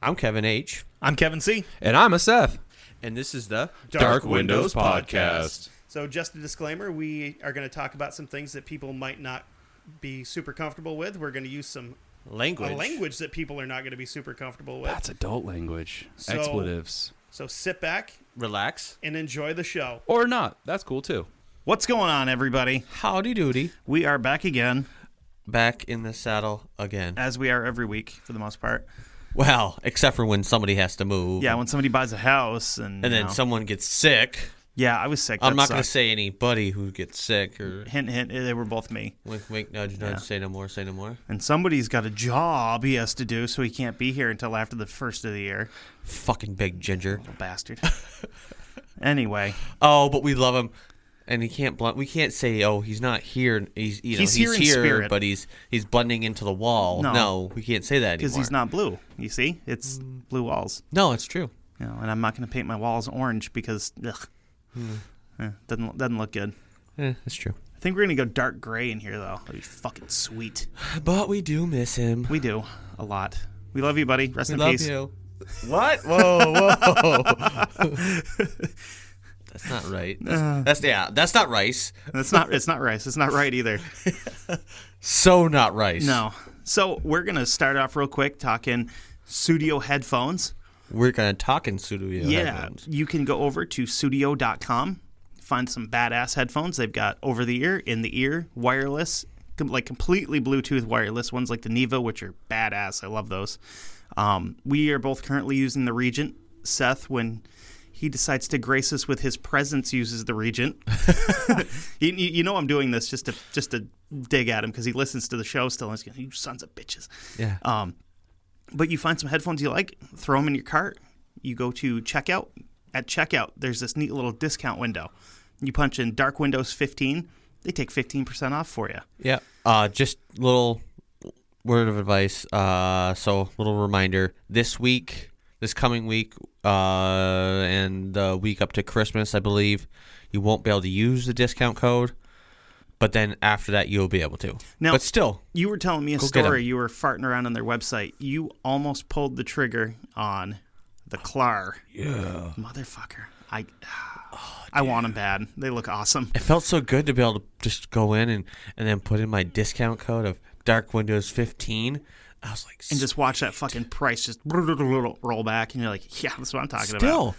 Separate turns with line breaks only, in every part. I'm Kevin H.
I'm Kevin C.
And I'm a Seth.
And this is the
Dark
Windows Podcast.
So, just a disclaimer we are going to talk about some things that people might not be super comfortable with. We're going to use some a
language.
language that people are not going to be super comfortable with.
That's adult language.
So-
Expletives.
So, sit back
Relax.
and enjoy the show.
Or not. That's cool too.
What's going on, everybody?
Howdy doody.
We are back again,
Back in the saddle again.
as we are every week for the most part.
Well, except for when somebody has to move.
Yeah, when somebody buys a house and,
And
you
then
know.
someone gets sick.
Yeah, I was sick.
I'm
that
not going to
sucked.
say anybody who gets sick or
hint hint. eh, They were both me.
wink, wink, nudge, nudge,
Yeah.
say no more, say no more.
And somebody's got a job he has to do, so he can't be here until after the first of the year.
Fucking big ginger.
Little bastard. anyway,
Oh, but we love him. And he can't blunt. We can't say, "Oh, he's not here. He's you know
He's here in spirit.
but he's he's blending into the wall." No,
No.
we can't say that anymore.
because he's not blue. You see, it's
Mm.
blue walls.
No, it's true.
You know, and I'm not going to paint my walls orange because ugh,
Hmm.
Eh, doesn't doesn't look good.
Eh, it's true.
I think we're going to go dark gray in here though. That'd be fucking sweet.
But we do miss him.
We do a lot. We love you, buddy. Rest
We
in
love
peace.
you. What? Whoa, whoa. that's not right. That's,
Uh.
that's- yeah. That's not rice.
That's not. It's not rice. It's not right either.
So not rice.
No. So we're gonna start off real quick talking studio headphones.
We're gonna talk in studio.
yeah,
headphones.
you can go over to studio.com, find some badass headphones. They've got over the ear, in the ear, wireless, com- like completely Bluetooth wireless ones like the Neva, which are badass. I love those. Um, we are both currently using the Regent. Seth, when he decides to grace us with his presence, uses the Regent. you, you you know I'm doing this just to just to dig at him because he listens to the show still and he's going, "You sons of bitches."
Yeah.
Um, but you find some headphones you like, throw them in your cart. You go to checkout. At checkout, there's this neat little discount window. You punch in Dark Windows 15. They take 15% off for you.
Yeah. Uh, just little word of advice. Uh, so little reminder. This week, this coming week, uh, and the week up to Christmas, I believe, you won't be able to use the discount code. But then after that, you'll be able to.
Now-
but still,
You were telling me a
Go get 'em.
story. You were farting around on their website. You almost pulled the trigger on the Clar. Yeah. Motherfucker. I
Oh,
I want them bad. They look awesome.
it felt so good to be able to just go in and, and then put in my discount code of Dark Windows 15. I was like,
And just watch that fucking price just roll back. And you're like, yeah, that's what I'm talking about.
still.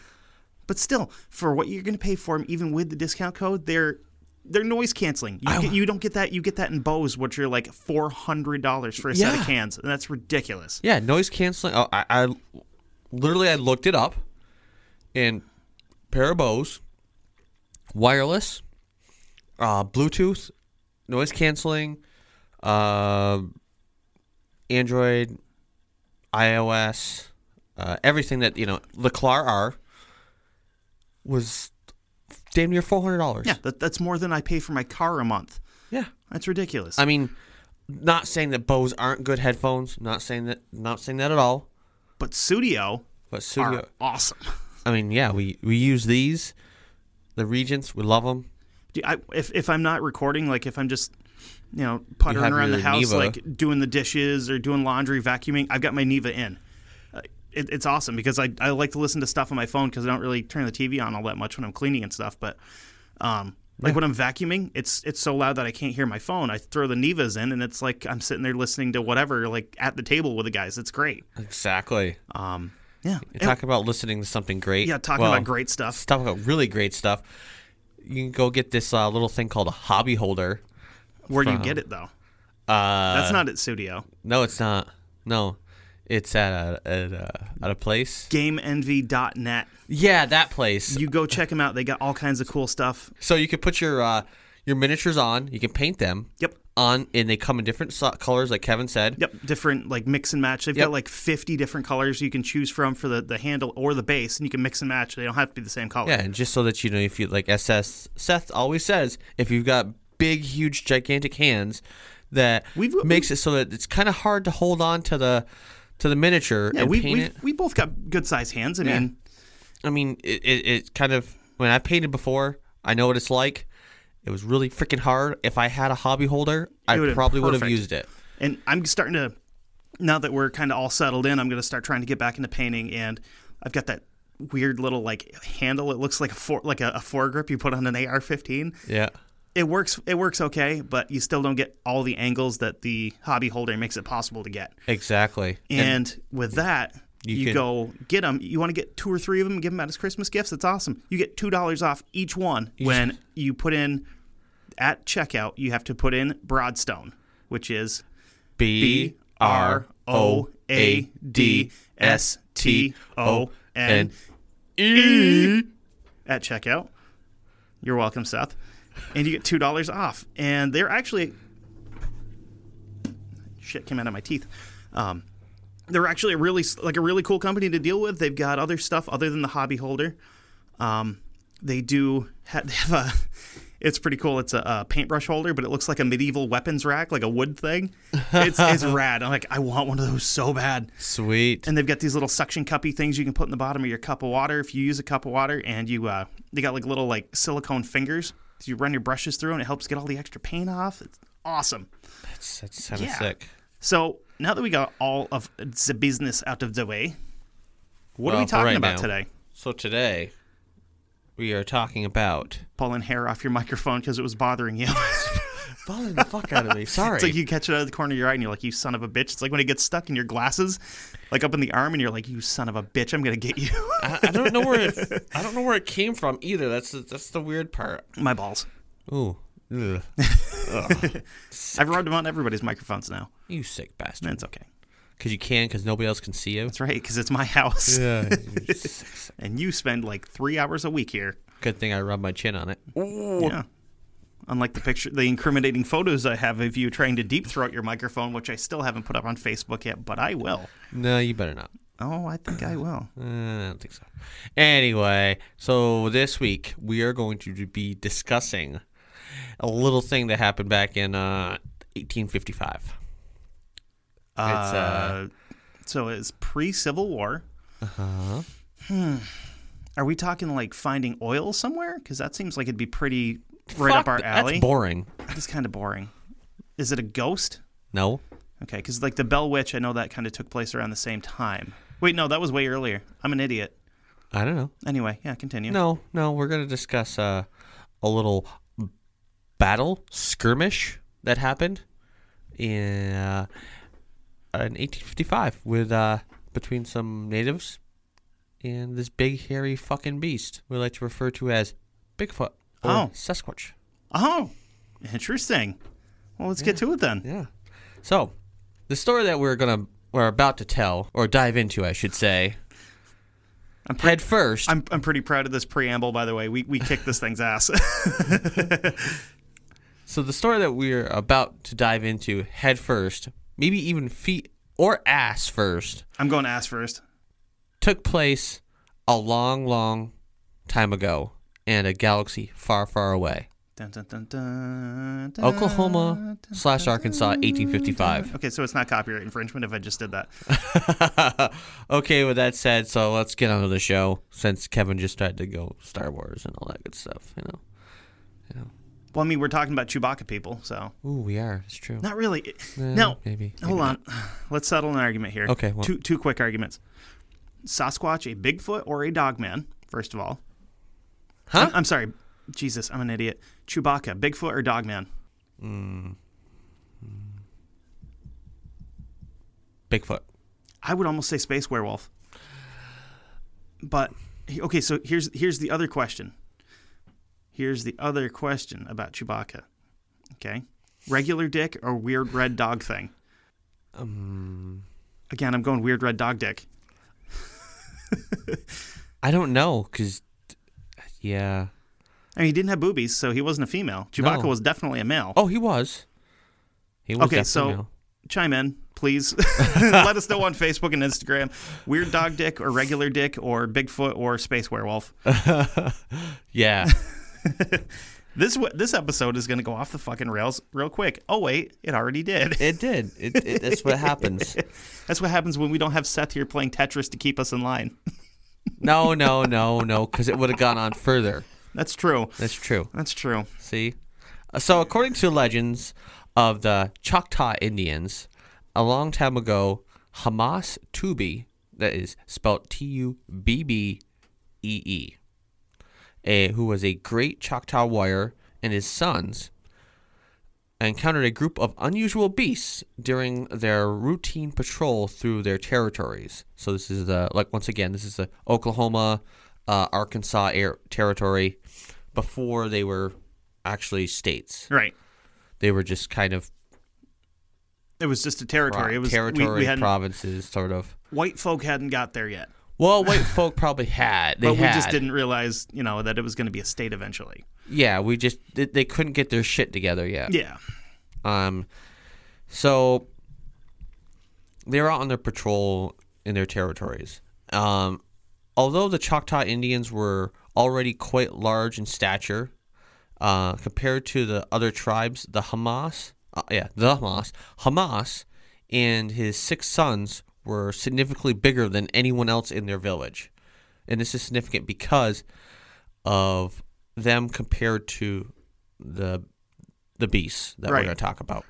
But still, for what you're going to pay for them, even with the discount code, they're they're noise canceling.
Oh,
You, get, you don't get that. You get that in Bose, which are like four hundred dollars for a set
Yeah.
of cans, and that's ridiculous.
Yeah, noise canceling. Oh, I, I literally I looked it up, and pair of Bose, wireless, uh, Bluetooth, noise canceling, uh, Android, iOS, uh, everything that you know the Clar R was damn near four hundred dollars.
Yeah, that, that's more than I pay for my car a month.
yeah.
That's ridiculous.
I mean, not saying that Bose aren't good headphones. Not saying that. Not saying that at all.
but Studio,
But Studio,
are awesome.
I mean, yeah, we, we use these, the Regents, we love them.
Dude, I, if if I'm not recording, like if I'm just you know puttering
have
around the
your
house,
Neva.
like doing the dishes or doing laundry, vacuuming, I've got my Neva in. Uh, It, it's awesome because I, I like to listen to stuff on my phone because I don't really turn the TV on all that much when I'm cleaning and stuff. But um, like when I'm vacuuming, it's it's so loud that I can't hear my phone. I throw the Nevas in, and it's like I'm sitting there listening to whatever like at the table with the guys. It's great.
Exactly.
Um, yeah, And-
Talk about listening to something great.
yeah, talking
Well,
about great stuff.
Talk about really great stuff. You can go get this uh, little thing called a hobby holder.
Where do you get it though?
Uh,
That's not at Studio.
no, it's not. No, it's at a at a, at a place.
GameNV.net.
Yeah, that place.
you go check them out. They got all kinds of cool stuff.
so you can put your uh, your miniatures on. You can paint them.
Yep.
On and they come in different so- colors, like Kevin said.
Yep, different like mix and match. They've
Yep.
got like 50 different colors you can choose from for the, the handle or the base, and you can mix and match. They don't have to be the same color.
Yeah, and just so that you know, if you like SS, Seth always says if you've got big, huge, gigantic hands, that
We've-
makes it so that it's kind of hard to hold on to the to the miniature
Yeah,
and
we
paint
we
it.
we both got good sized hands. I mean,
I mean, it, it, it kind of when I've painted before, I know what it's like. It was really freaking hard. If I had a hobby holder, I
would've been
probably would have
perfect.
used it.
and I'm starting to now that we're kind of all settled in, I'm going to start trying to get back into painting. And I've got that weird little like handle. It looks like a for, like a, a foregrip you put on an AR-15.
Yeah.
It works. It works okay, but you still don't get all the angles that the hobby holder makes it possible to get.
Exactly.
And, with that,
You
you,
can-
go get them. You want to get two or three of them, give them out as Christmas gifts. That's awesome. You get two dollars off each one when you put in at checkout. You have to put in Broadstone, which is
B
B R O A D S T O N
E.
at checkout. You're welcome, Seth. And you get two dollars off. And they're actually shit came out of my teeth. Um, they're actually a really s- like a really cool company to deal with. They've got other stuff other than the hobby holder. Um, they do ha- they have a. It's pretty cool. It's a, a paintbrush holder, but it looks like a medieval weapons rack, like a wood thing. It's, it's rad. I'm like, I want one of those so bad.
Sweet.
And they've got these little suction cuppy things you can put in the bottom of your cup of water if you use a cup of water. And you, uh, they got like little like silicone fingers. that You run your brushes through, and it helps get all the extra paint off. It's awesome.
That's, that's kind of
Yeah.
sick.
So now that we got all of the business out of the way, what are
Well,
we
for
talking
right
about
now.
today?
So today, we are talking about.
Pulling hair off your microphone because it was bothering you.
Falling the fuck out of me. Sorry.
it's like you catch it out of the corner of your eye, and you're like, "You son of a bitch!" It's like when it gets stuck in your glasses, like up in the arm, and you're like, "You son of a bitch! I'm gonna get you."
I, I don't know where it. I don't know where it came from either. That's the, that's the weird part.
My balls.
Ooh. Ugh.
I've rubbed them on everybody's microphones now.
You sick bastard.
That's okay.
Because you can, because nobody else can see you.
That's right, because it's my house.
Yeah. you sick sack.
And you spend like three hours a week here.
Good thing I rubbed my chin on it. Oh.
Yeah. Unlike the picture, the incriminating photos I have of you trying to deep throat your microphone, which I still haven't put up on Facebook yet, but I will.
No, you better not.
Oh, I think I will.
Uh, I don't think so. Anyway, so this week we are going to be discussing a little thing that happened back in uh, 1855. uh,
Uh, so it's pre-Civil War.
Uh-huh.
Uh huh. Hmm. Are we talking like finding oil somewhere? Because that seems like it'd be pretty right
Fuck,
up our alley.
That's boring.
it's kind of boring. Is it a ghost?
No.
Okay, because like the Bell Witch, I know that kind of took place around the same time. Wait, no, that was way earlier. I'm an idiot.
I don't know.
Anyway, yeah, continue.
No, no, we're going to discuss uh, a little battle skirmish that happened in, uh, in 1855 with uh, between some natives and this big hairy fucking beast we like to refer to as Bigfoot or
Oh.
Sasquatch.
Oh, interesting. Well, let's get to it then.
Yeah. So, the story that we're gonna we're about to tell or dive into, I should say,
I'm pre-
head 1st
I'm, I'm pretty proud of this preamble, by the way. We, we kicked this thing's ass.
So the story that we're about to dive into head first, maybe even feet or ass first,
I'm going ass first.
took place a long, long time ago in a galaxy far, far away.
Dun, dun, dun, dun, dun.
Oh. Oklahoma slash Arkansas, 1855.
Okay, so it's not copyright infringement if I just did that.
okay, with that said, so let's get on to the show since Kevin just tried to go Star Wars and all that good stuff, you know.
Well, I mean, we're talking about Chewbacca people, so
Ooh, we are. It's true.
not really.
Yeah,
no, Oh.
maybe,
Hold on. Let's settle an argument here.
Okay, well-
two two quick arguments. Sasquatch, a Bigfoot, or a Dogman? First of all,
Huh?
I'm, I'm sorry. Jesus, I'm an idiot. Chewbacca, Bigfoot, or Dogman?
Bigfoot.
I would almost say space werewolf. But okay, so here's here's the other question. Here's the other question about Chewbacca. Okay, regular dick or weird red dog thing?
Um,
Again, I'm going weird red dog dick.
I don't know, cause yeah.
I mean, he didn't have boobies, so he wasn't a female. Chewbacca
No.
was definitely a male.
Oh, he was. He was
Okay, so
definitely male.
chime in, please. Let us know on Facebook and Instagram. Weird dog dick or regular dick or Bigfoot or space werewolf.
yeah,
This w- this episode is going to go off the fucking rails real quick. Oh wait, it already did.
it did. It, it, that's what happens.
That's what happens when we don't have Seth here playing Tetris to keep us in line.
No, no, no, no, because it would have gone on further.
That's true.
That's true.
That's true.
See? Uh, So, according to legends of the Choctaw Indians, a long time ago, Hamas Tubi, that is spelled T U B B E E, a- who was a great Choctaw warrior and his sons, encountered a group of unusual beasts during their routine patrol through their territories. So this is the like once again this is the Oklahoma, uh, Arkansas air territory before they were actually states.
Right.
They were just kind of
It was just a territory.
pro-
it was
territory
we, we hadn't,
provinces sort of.
white folk hadn't got there yet,
Well, white folk probably had. They
but we just
had.
didn't realize, you know, that it was going to be a state eventually.
Yeah, we just they, they couldn't get their shit together yet.
Yeah.
Um, so they were out on their patrol in their territories. Um, although the Choctaw Indians were already quite large in stature, uh, compared to the other tribes, the Hamas, uh, yeah, the Hamas, Hamas, and his six sons were significantly bigger than anyone else in their village, and this is significant because of them compared to the the beasts that
Right.
we're going to talk about.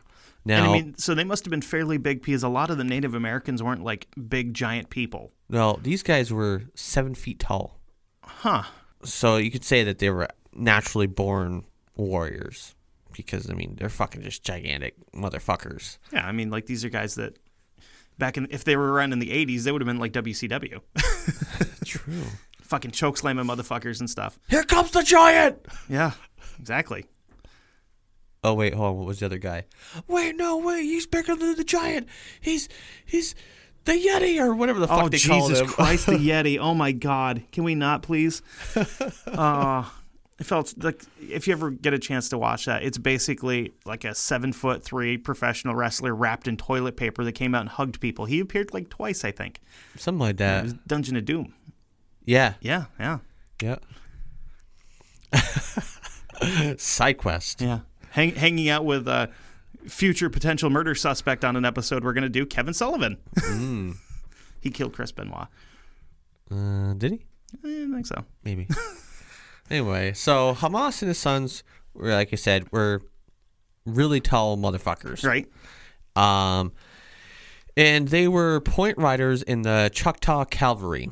And
Now,
I mean, so they must have been fairly big because a lot of the Native Americans weren't like big giant people.
no, these guys were seven feet tall,
Huh.
so you could say that they were naturally born warriors because I mean they're fucking just gigantic motherfuckers.
Yeah, I mean, like these are guys that back in if they were around in the '80s, they would have been like WCW,
True.
fucking choke slamming motherfuckers and stuff.
Here comes the giant.
Yeah, exactly.
Oh wait, hold on. What was the other guy? Wait, no, wait. He's bigger than the giant. He's he's the yeti or whatever the fuck
oh
they call
Jesus
him.
Christ, the Yeti! Oh my God, can we not please? Uh, it felt like if you ever get a chance to watch that, it's basically like a seven foot three professional wrestler wrapped in toilet paper that came out and hugged people. He appeared like twice, I think.
Something like
It
that.
was Dungeon of Doom.
Yeah.
Yeah, yeah,
Yeah. Side quest.
yeah. Hang, hanging out with a future potential murder suspect on an episode we're gonna do, Kevin Sullivan.
Mm.
he killed Chris Benoit.
Uh, did he?
Eh, I think so.
Maybe. anyway, so Hamas and his sons were, like I said, were really tall motherfuckers.
Right.
Um, and they were point riders in the Choctaw Cavalry,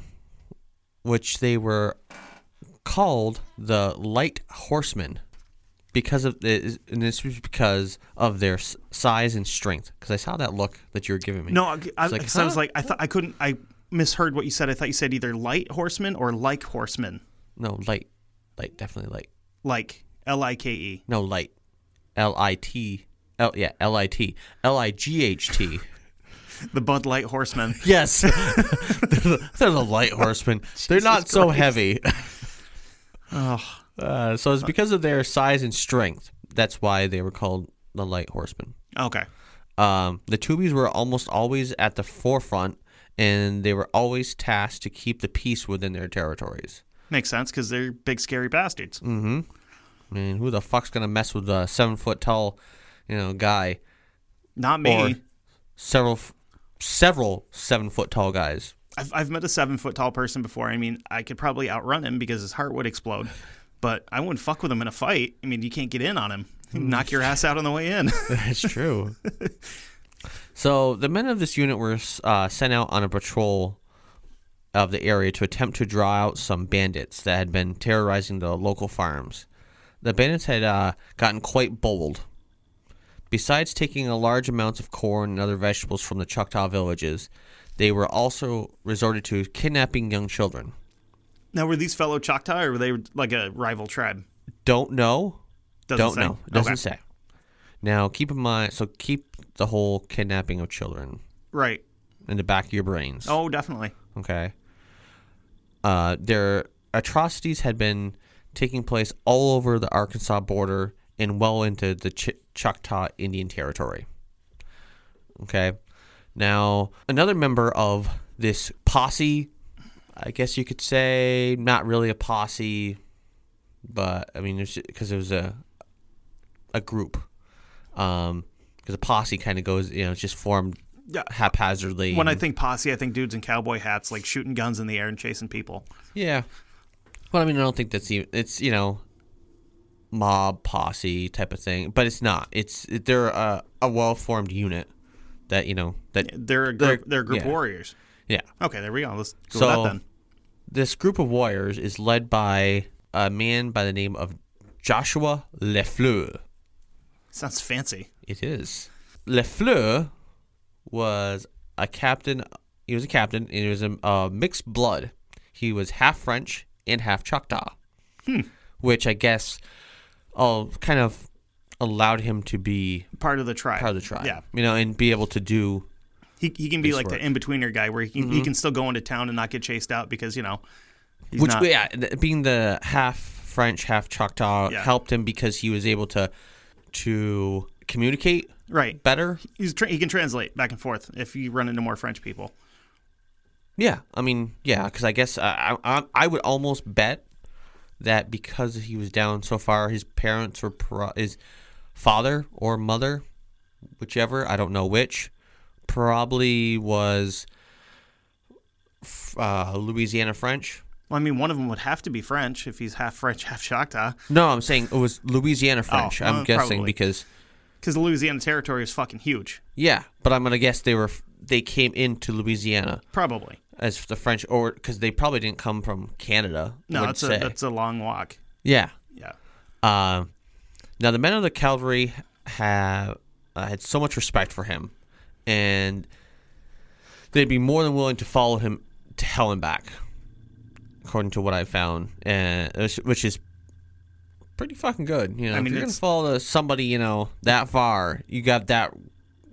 which they were called the Light Horsemen because of the, and this was because of their s- size and strength. Because I saw that look that you were giving me.
No, I, I,
It's like,
'cause I was
huh?
like, I thought I couldn't. I misheard what you said. I thought you said either light horseman or like horseman,
no, light, light, definitely light.
like L I K E.
No, light, L I T, L yeah, L I T, L I G H T.
The Bud Light horseman.
Yes, they're, the, they're the light horsemen. they're not so heavy. Uh, so it's because of their size and strength. That's why they were called the light horsemen.
Okay.
Um, the Tubies were almost always at the forefront, and they were always tasked to keep the peace within their territories.
Makes sense because they're big, scary bastards.
Mm. I mean, who the fuck's gonna mess with a seven foot tall, you know, guy?
Not me.
Or several, f- several seven foot tall guys.
I've, I've met a seven foot tall person before. I mean, I could probably outrun him because his heart would explode, but I wouldn't fuck with him in a fight. I mean, you can't get in on him.
Mm.
He'd Knock your ass out on the way in.
That's true. so the men of this unit were uh, sent out on a patrol of the area to attempt to draw out some bandits that had been terrorizing the local farms. The bandits had uh, gotten quite bold. Besides taking a large amounts of corn and other vegetables from the Choctaw villages, they were also resorted to kidnapping young children.
now, were these fellow Choctaw or were they like a rival tribe?
Don't know.
Doesn't
Don't
say.
know. Doesn't
Okay.
say. Now keep in mind. So keep the whole kidnapping of children
Right.
in the back of your brains.
Oh, definitely.
Okay. Uh, their atrocities had been taking place all over the Arkansas border and well into the Ch- Choctaw Indian Territory. Okay. Now, another member of this posse, I guess you could say, not really a posse, but I mean, because it was a a group. Um, because a posse kind of goes, you know, it's just formed
Yeah.
haphazardly.
When I
and-
think posse, I think dudes in cowboy hats, like shooting guns in the air and chasing people.
Yeah. Well, I mean, I don't think that's even. It's you know, mob posse type of thing, but it's not. It's it, they're a, a well formed unit that you know that
They're a group,
They're-
they're a group
yeah.
warriors.
yeah.
Okay, there we go. Let's go
So-
with that then.
This group of warriors is led by a man by the name of Joshua Lefleur.
Sounds fancy.
It is. Lefleur was a captain. He was a captain, and he was a uh, mixed blood. He was half French and half Choctaw,
Hmm.
which I guess uh, kind of allowed him to be
Part of the tribe.
part of the tribe.
Yeah.
You know, and be able to do.
He, he can be
Base
like
work.
the in betweener guy where he can,
Mm-hmm.
he can still go into town and not get chased out because, you know, he's
which,
not.
yeah, th- being the half French, half Choctaw
Yeah.
helped him because he was able to to communicate
Right.
better.
He's tra- he can translate back and forth if you run into more French people.
Yeah, I mean, yeah, because I guess uh, I, I I- I would almost bet that because he was down so far, his parents were pro- his father or mother, whichever I don't know which, probably was f- uh, Louisiana French.
Well, I mean, one of them would have to be French if he's half French, half Choctaw,
No, I'm saying it was Louisiana French. I'm
well,
guessing
Oh, uh, probably.
because
because the Louisiana Territory is fucking huge.
yeah, but I'm gonna guess they were f- they came into Louisiana
Probably.
as the French, or because they probably didn't come from Canada.
No,
would
that's
say.
a, that's a long walk.
yeah.
Yeah.
Uh, now the men of the cavalry have uh, had so much respect for him, and they'd be more than willing to follow him to hell and back, according to what I found, and which, which is pretty fucking good. You know,
I
if
mean,
you're gonna
it's-
follow somebody, you know, that far, you got that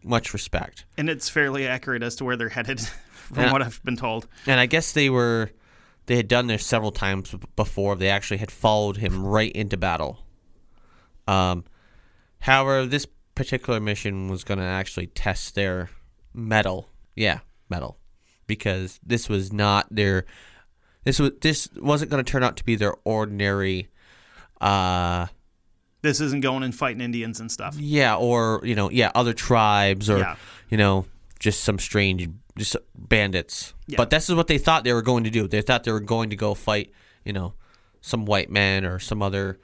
much respect.
And it's fairly accurate as to where they're headed from
Yeah.
what I've been told.
And I guess they were, they had done this several times b- before. They actually had followed him right into battle. Um, however, this particular mission was going to actually test their metal. Yeah, metal, because this was not their. This was this wasn't going to turn out to be their ordinary. Uh,
This isn't going and fighting Indians and stuff.
yeah, or you know, yeah, other tribes, or
Yeah.
you know, just some strange, just bandits.
Yeah.
But this is what they thought they were going to do. They thought they were going to go fight, you know, some white man or some other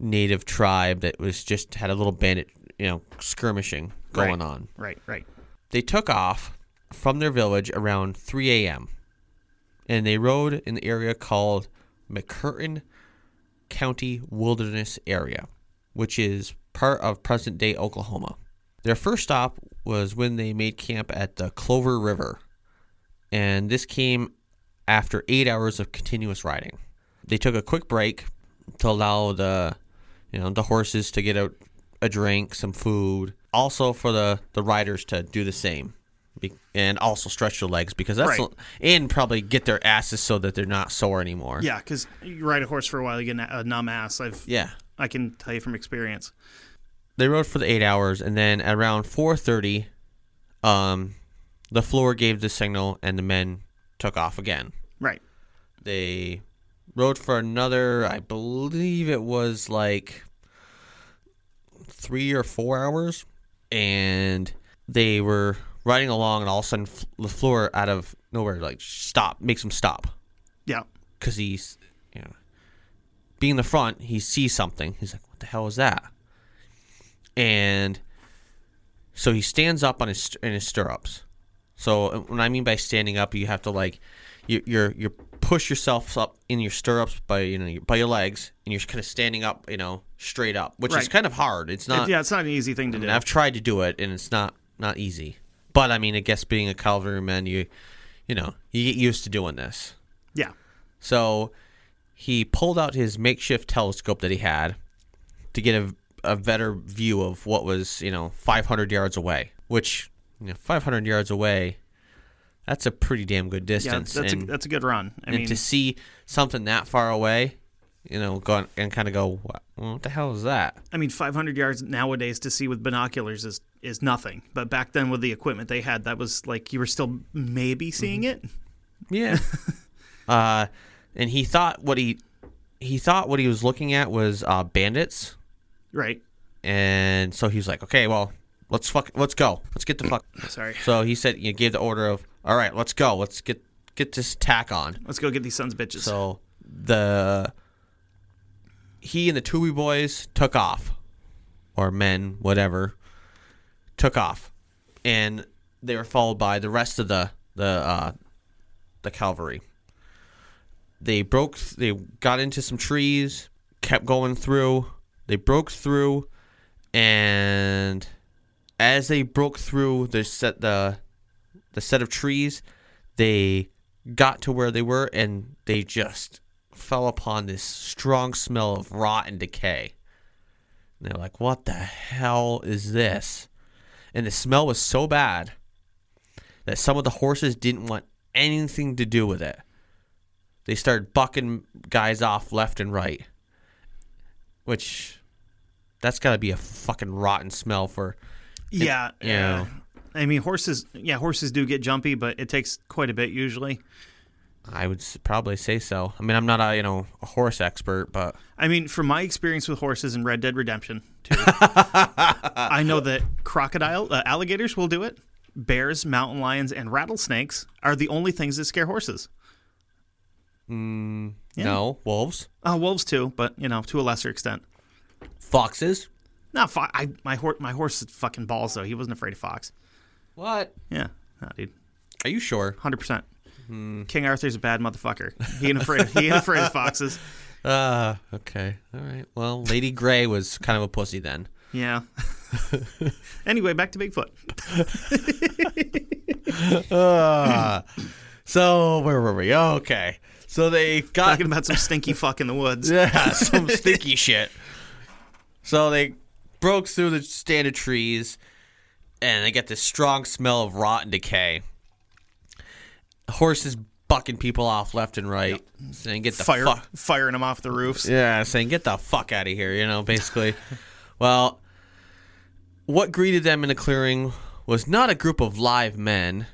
native tribe that was just had a little bandit, you know, skirmishing going
Right.
on.
Right, right.
They took off from their village around 3 a.m. and they rode in the area called McCurtain County Wilderness Area, which is part of present day Oklahoma. Their first stop was when they made camp at the Clover River, and this came after eight hours of continuous riding. They took a quick break to allow the you know the horses to get a, a drink, some food, also for the the riders to do the same, be, and also stretch their legs because that's
Right.
and probably get their asses so that they're not sore anymore.
Yeah, because you ride a horse for a while, you get a numb ass. I've
yeah.
I can tell you from experience.
they rode for the eight hours, and then at around four thirty, um, the floor gave the signal, and the men took off again.
Right.
They rode for another, I believe it was like three or four hours, and they were riding along, and all of a sudden, F- the floor out of nowhere like stop, makes them stop
Yeah.
because he's you know being the front he sees something he's like what the hell is that and so he stands up on his st- in his stirrups so uh, what i mean by standing up you have to like you you're you push yourself up in your stirrups by you know by your legs and you're kind of standing up you know straight up which is
Right.
kind of hard it's not
yeah, it's not an easy thing to
I
do.
mean, I've tried to do it, and it's not not easy. But I mean, I guess being a cavalryman, you you know you get used to doing this.
yeah.
So he pulled out his makeshift telescope that he had to get a, a better view of what was, you know, 500 yards away, which, you know, 500 yards away, that's a pretty damn good
Yeah,
distance.
that's a,
and
that's a good run. I
and
mean,
to see something that far away, you know, go and kind of go, what, what the hell is that?
I mean, 500 yards nowadays to see with binoculars is is nothing. But back then, with the equipment they had, that was like you were still maybe seeing
Mm-hmm.
it.
Yeah. uh, and he thought what he he thought what he was looking at was uh, bandits.
Right.
and so he was like, "Okay, well, let's fuck, let's go, let's get the fuck."
Sorry.
So he said, "You gave the order of, all right, let's go, let's get get this tack on."
Let's go get these sons bitches.
So the he and the Tui boys took off, or men, whatever, took off, and they were followed by the rest of the the uh, the cavalry. They broke. They got into some trees, kept going through. They broke through, and as they broke through the set the the set of trees, they got to where they were, and they just fell upon this strong smell of rot and decay. And they're like, what the hell is this? And the smell was so bad that some of the horses didn't want anything to do with it. They started bucking guys off left and right. Which, that's got to be a fucking rotten smell for.
Yeah.
Yeah.
I mean, horses. Yeah, horses do get jumpy, but it takes quite a bit usually.
I would s- probably say so. I mean, I'm not a you know a horse expert, but
I mean, from my experience with horses in Red Dead Redemption, too, I know that crocodile, uh, alligators will do it. Bears, mountain lions, and rattlesnakes are the only things that scare horses.
no wolves,
Uh, wolves too, but you know, to a lesser extent.
foxes.
Not fo- I, my horse. My horse is fucking balls though. He wasn't afraid of fox.
What?
Yeah, no, dude,
Are you sure?
hundred percent.
Hmm.
King Arthur's a bad motherfucker. He ain't afraid. he ain't afraid of foxes.
Uh, okay. All right. Well, Lady Grey was kind of a pussy then.
Yeah. anyway, back to Bigfoot.
Uh, So, where were we? Oh, okay. So they got
Talking about some stinky fuck in the woods.
yeah, some sticky shit. So they broke through the stand of trees and they get this strong smell of rot and decay. Horses bucking people off left and right, saying, Get the
Fire,
fuck.
firing them off the roofs.
Yeah, saying get the fuck out of here, you know, basically. well, what greeted them in the clearing was not a group of live men.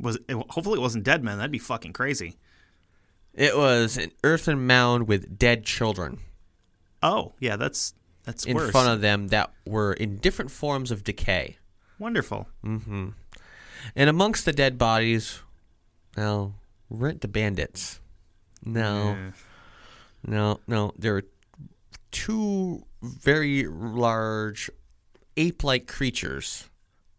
Was it, hopefully it wasn't dead men. That'd be fucking crazy.
It was an earthen mound with dead children
Oh yeah, that's that's
in
worse.
front of them that were in different forms of decay.
Wonderful.
Mm. And amongst the dead bodies, well, weren't the bandits. No,
Yeah.
no, no. There were two very large ape like creatures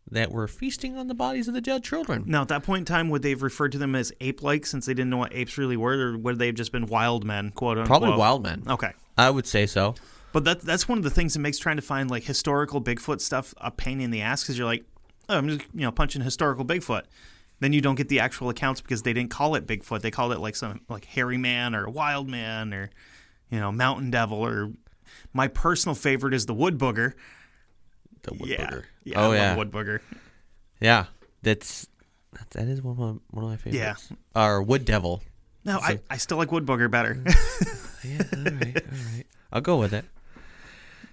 that were feasting on the bodies of the dead children.
Now at that point in time, would they have referred to them as ape-like since they didn't know what apes really were, or would they have just been wild men, quote unquote?
Probably wild men.
Okay.
I would say so.
But that that's one of the things that makes trying to find like historical Bigfoot stuff a pain in the ass because you're like, oh, I'm just you know punching historical Bigfoot. Then you don't get the actual accounts because they didn't call it Bigfoot. They called it like some like hairy man or wild man or you know mountain devil or my personal favorite is the wood booger.
The wood
yeah,
booger.
yeah, I
oh
love
yeah,
wood booger.
yeah. That's that's- that is one of my, one of my favorites. Yeah, or wood devil.
No, I, I still like wood booger better.
Yeah, all right, all right. I'll go with it.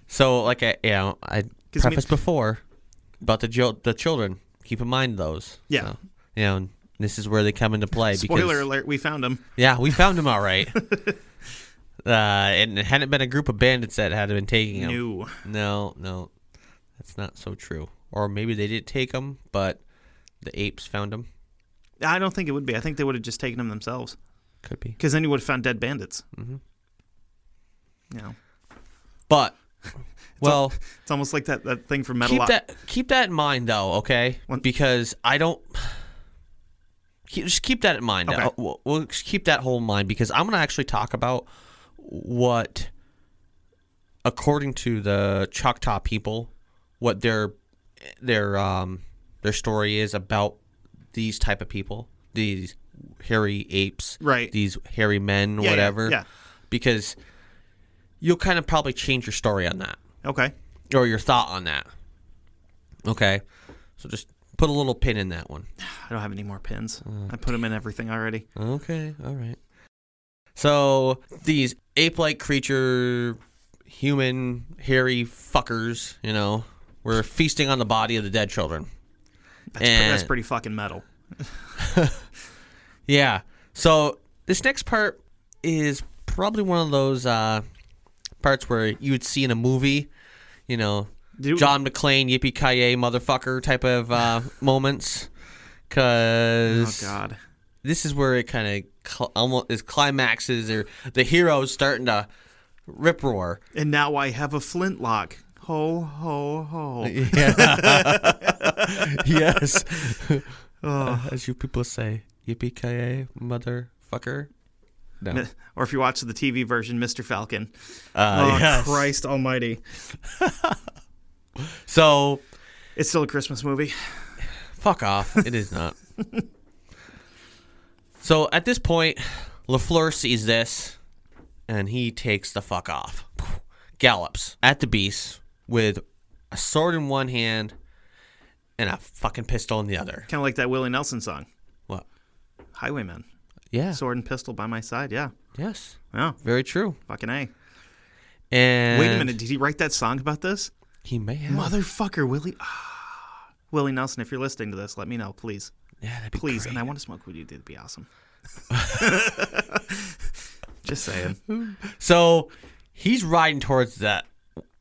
So, like I, you know, I
I mean-
prefaced before about the jo- the children. Keep in mind those.
Yeah.
So, you know, and this is where they come into play.
Spoiler
because,
alert: we found him.
Yeah, we found them all right. uh, and it hadn't been a group of bandits that had been taking them.
New.
No, no, that's not so true. Or maybe they did take them, but the apes found them.
I don't think it would be. I think they would have just taken him themselves
Could be.
because then you would have found dead bandits. Mm-hmm. You know.
But well,
It's almost like that, that thing from Metal
keep that keep that in mind though, okay?
One-
Because I don't. Keep, just keep that in mind.
Okay.
Uh, we'll, we'll just keep that whole in mind because I'm gonna actually talk about what, according to the Choctaw people, what their their um their story is about these type of people, these hairy apes,
Right.
These hairy men,
yeah,
whatever.
yeah.
Because you'll kind of probably change your story on that
Okay.
or your thought on that. Okay. So just put a little pin in that one.
I don't have any more pins. I put them in everything already.
Okay. All right. So these ape like creature, human, hairy fuckers, you know, were feasting on the body of the dead children.
That's, pre- that's
And-
pretty fucking metal. Oh,
Yeah. So this next part is probably one of those uh, parts where you would see in a movie, you know,
Did-
John McClane, yippee ki yay, motherfucker type of uh, moments.
Oh
Cause
God.
this is where it kind of cl- almost is climaxes or the hero's starting to rip roar.
And now I have a flintlock. Ho ho ho.
Yeah. yes. Oh, As you people say, yippee ki motherfucker. No.
or if you watch the TV version, Mr. Falcon.
Uh,
oh,
yes.
Christ Almighty!
So,
It's still a Christmas movie.
fuck off. It is not. so at this point, Lafleur sees this, and he takes the fuck off. Gallops at the beast with a sword in one hand and a fucking pistol in the other.
Kind of like that Willie Nelson song,
What?
"Highwayman."
Yeah.
Sword and pistol by my side. Yeah,
yes.
yeah.
Very true.
Fucking a.
And
Wait a minute. Did he write that song about this?
He may have.
Motherfucker, Willie. Ah. Willie Nelson, if you're listening to this, let me know, please.
yeah, that'd be
Please.
great.
And I want to smoke with you. That'd be awesome. Just saying.
So he's riding towards that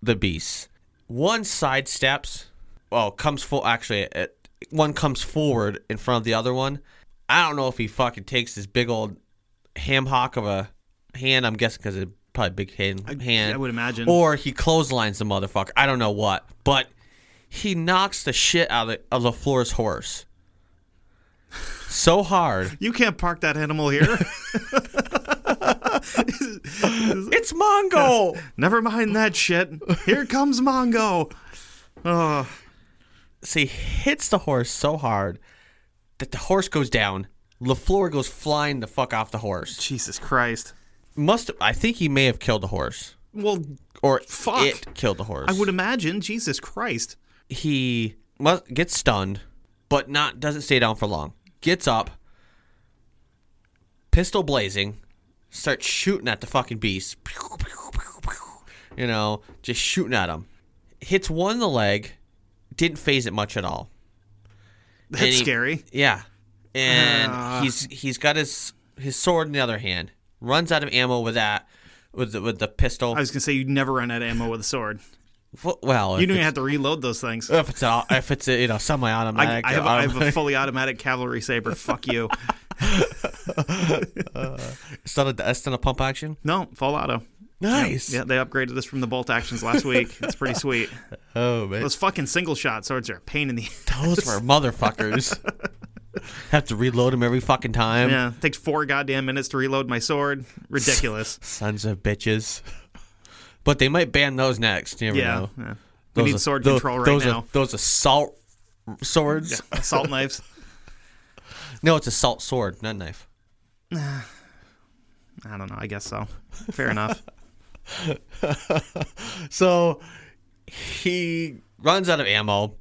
the beast. One sidesteps, well, comes full. Actually, it, one comes forward in front of the other one. I don't know if he fucking takes this big old ham hock of a hand. I'm guessing because it's probably a big hand. hand.
I would imagine.
Or he clotheslines the motherfucker. I don't know what, but he knocks the shit out of, of LaFleur's horse. So hard.
You can't park that animal here.
It's Mongo.
Never mind that shit. Here comes Mongo. Oh,
So he hits the horse so hard that the horse goes down. LaFleur goes flying the fuck off the horse.
Jesus Christ.
Must I think he may have killed the horse.
Well,
Or
Fuck.
it killed the horse.
I would imagine. Jesus Christ.
he must gets stunned, but not doesn't stay down for long. Gets up, pistol blazing, starts shooting at the fucking beast. Pew, pew, pew, pew. You know, just shooting at him. Hits one in the leg, didn't phase it much at all.
That's
And he-
scary.
Yeah, and
Ah.
he's he's got his his sword in the other hand. Runs out of ammo with that, with the, with the pistol.
I was going to say, you'd never run out of ammo with a sword.
F- well,
You
if
don't even
it's,
have to reload those things.
if it's a, if it's a, you know
I,
semi-automatic. um,
I,
or
have, I have a
automatic-
fully automatic cavalry saber. Fuck you.
it's not a that's not a pump action.
No, full auto.
Nice.
Yeah, they upgraded this from the bolt actions last week. It's pretty sweet.
Oh man,
Those fucking single shot swords are a pain in the
those were motherfuckers. have to reload them every fucking time.
Yeah, it takes four goddamn minutes to reload my sword. Ridiculous.
Sons of bitches. But they might ban those next. You never
yeah.
know.
yeah. We
Those
need
a-
sword
tho-
control right
those a-
now.
those assault swords.
Assault knives.
No, it's assault sword, not knife.
I don't know. I guess so. Fair enough.
So he runs out of ammo,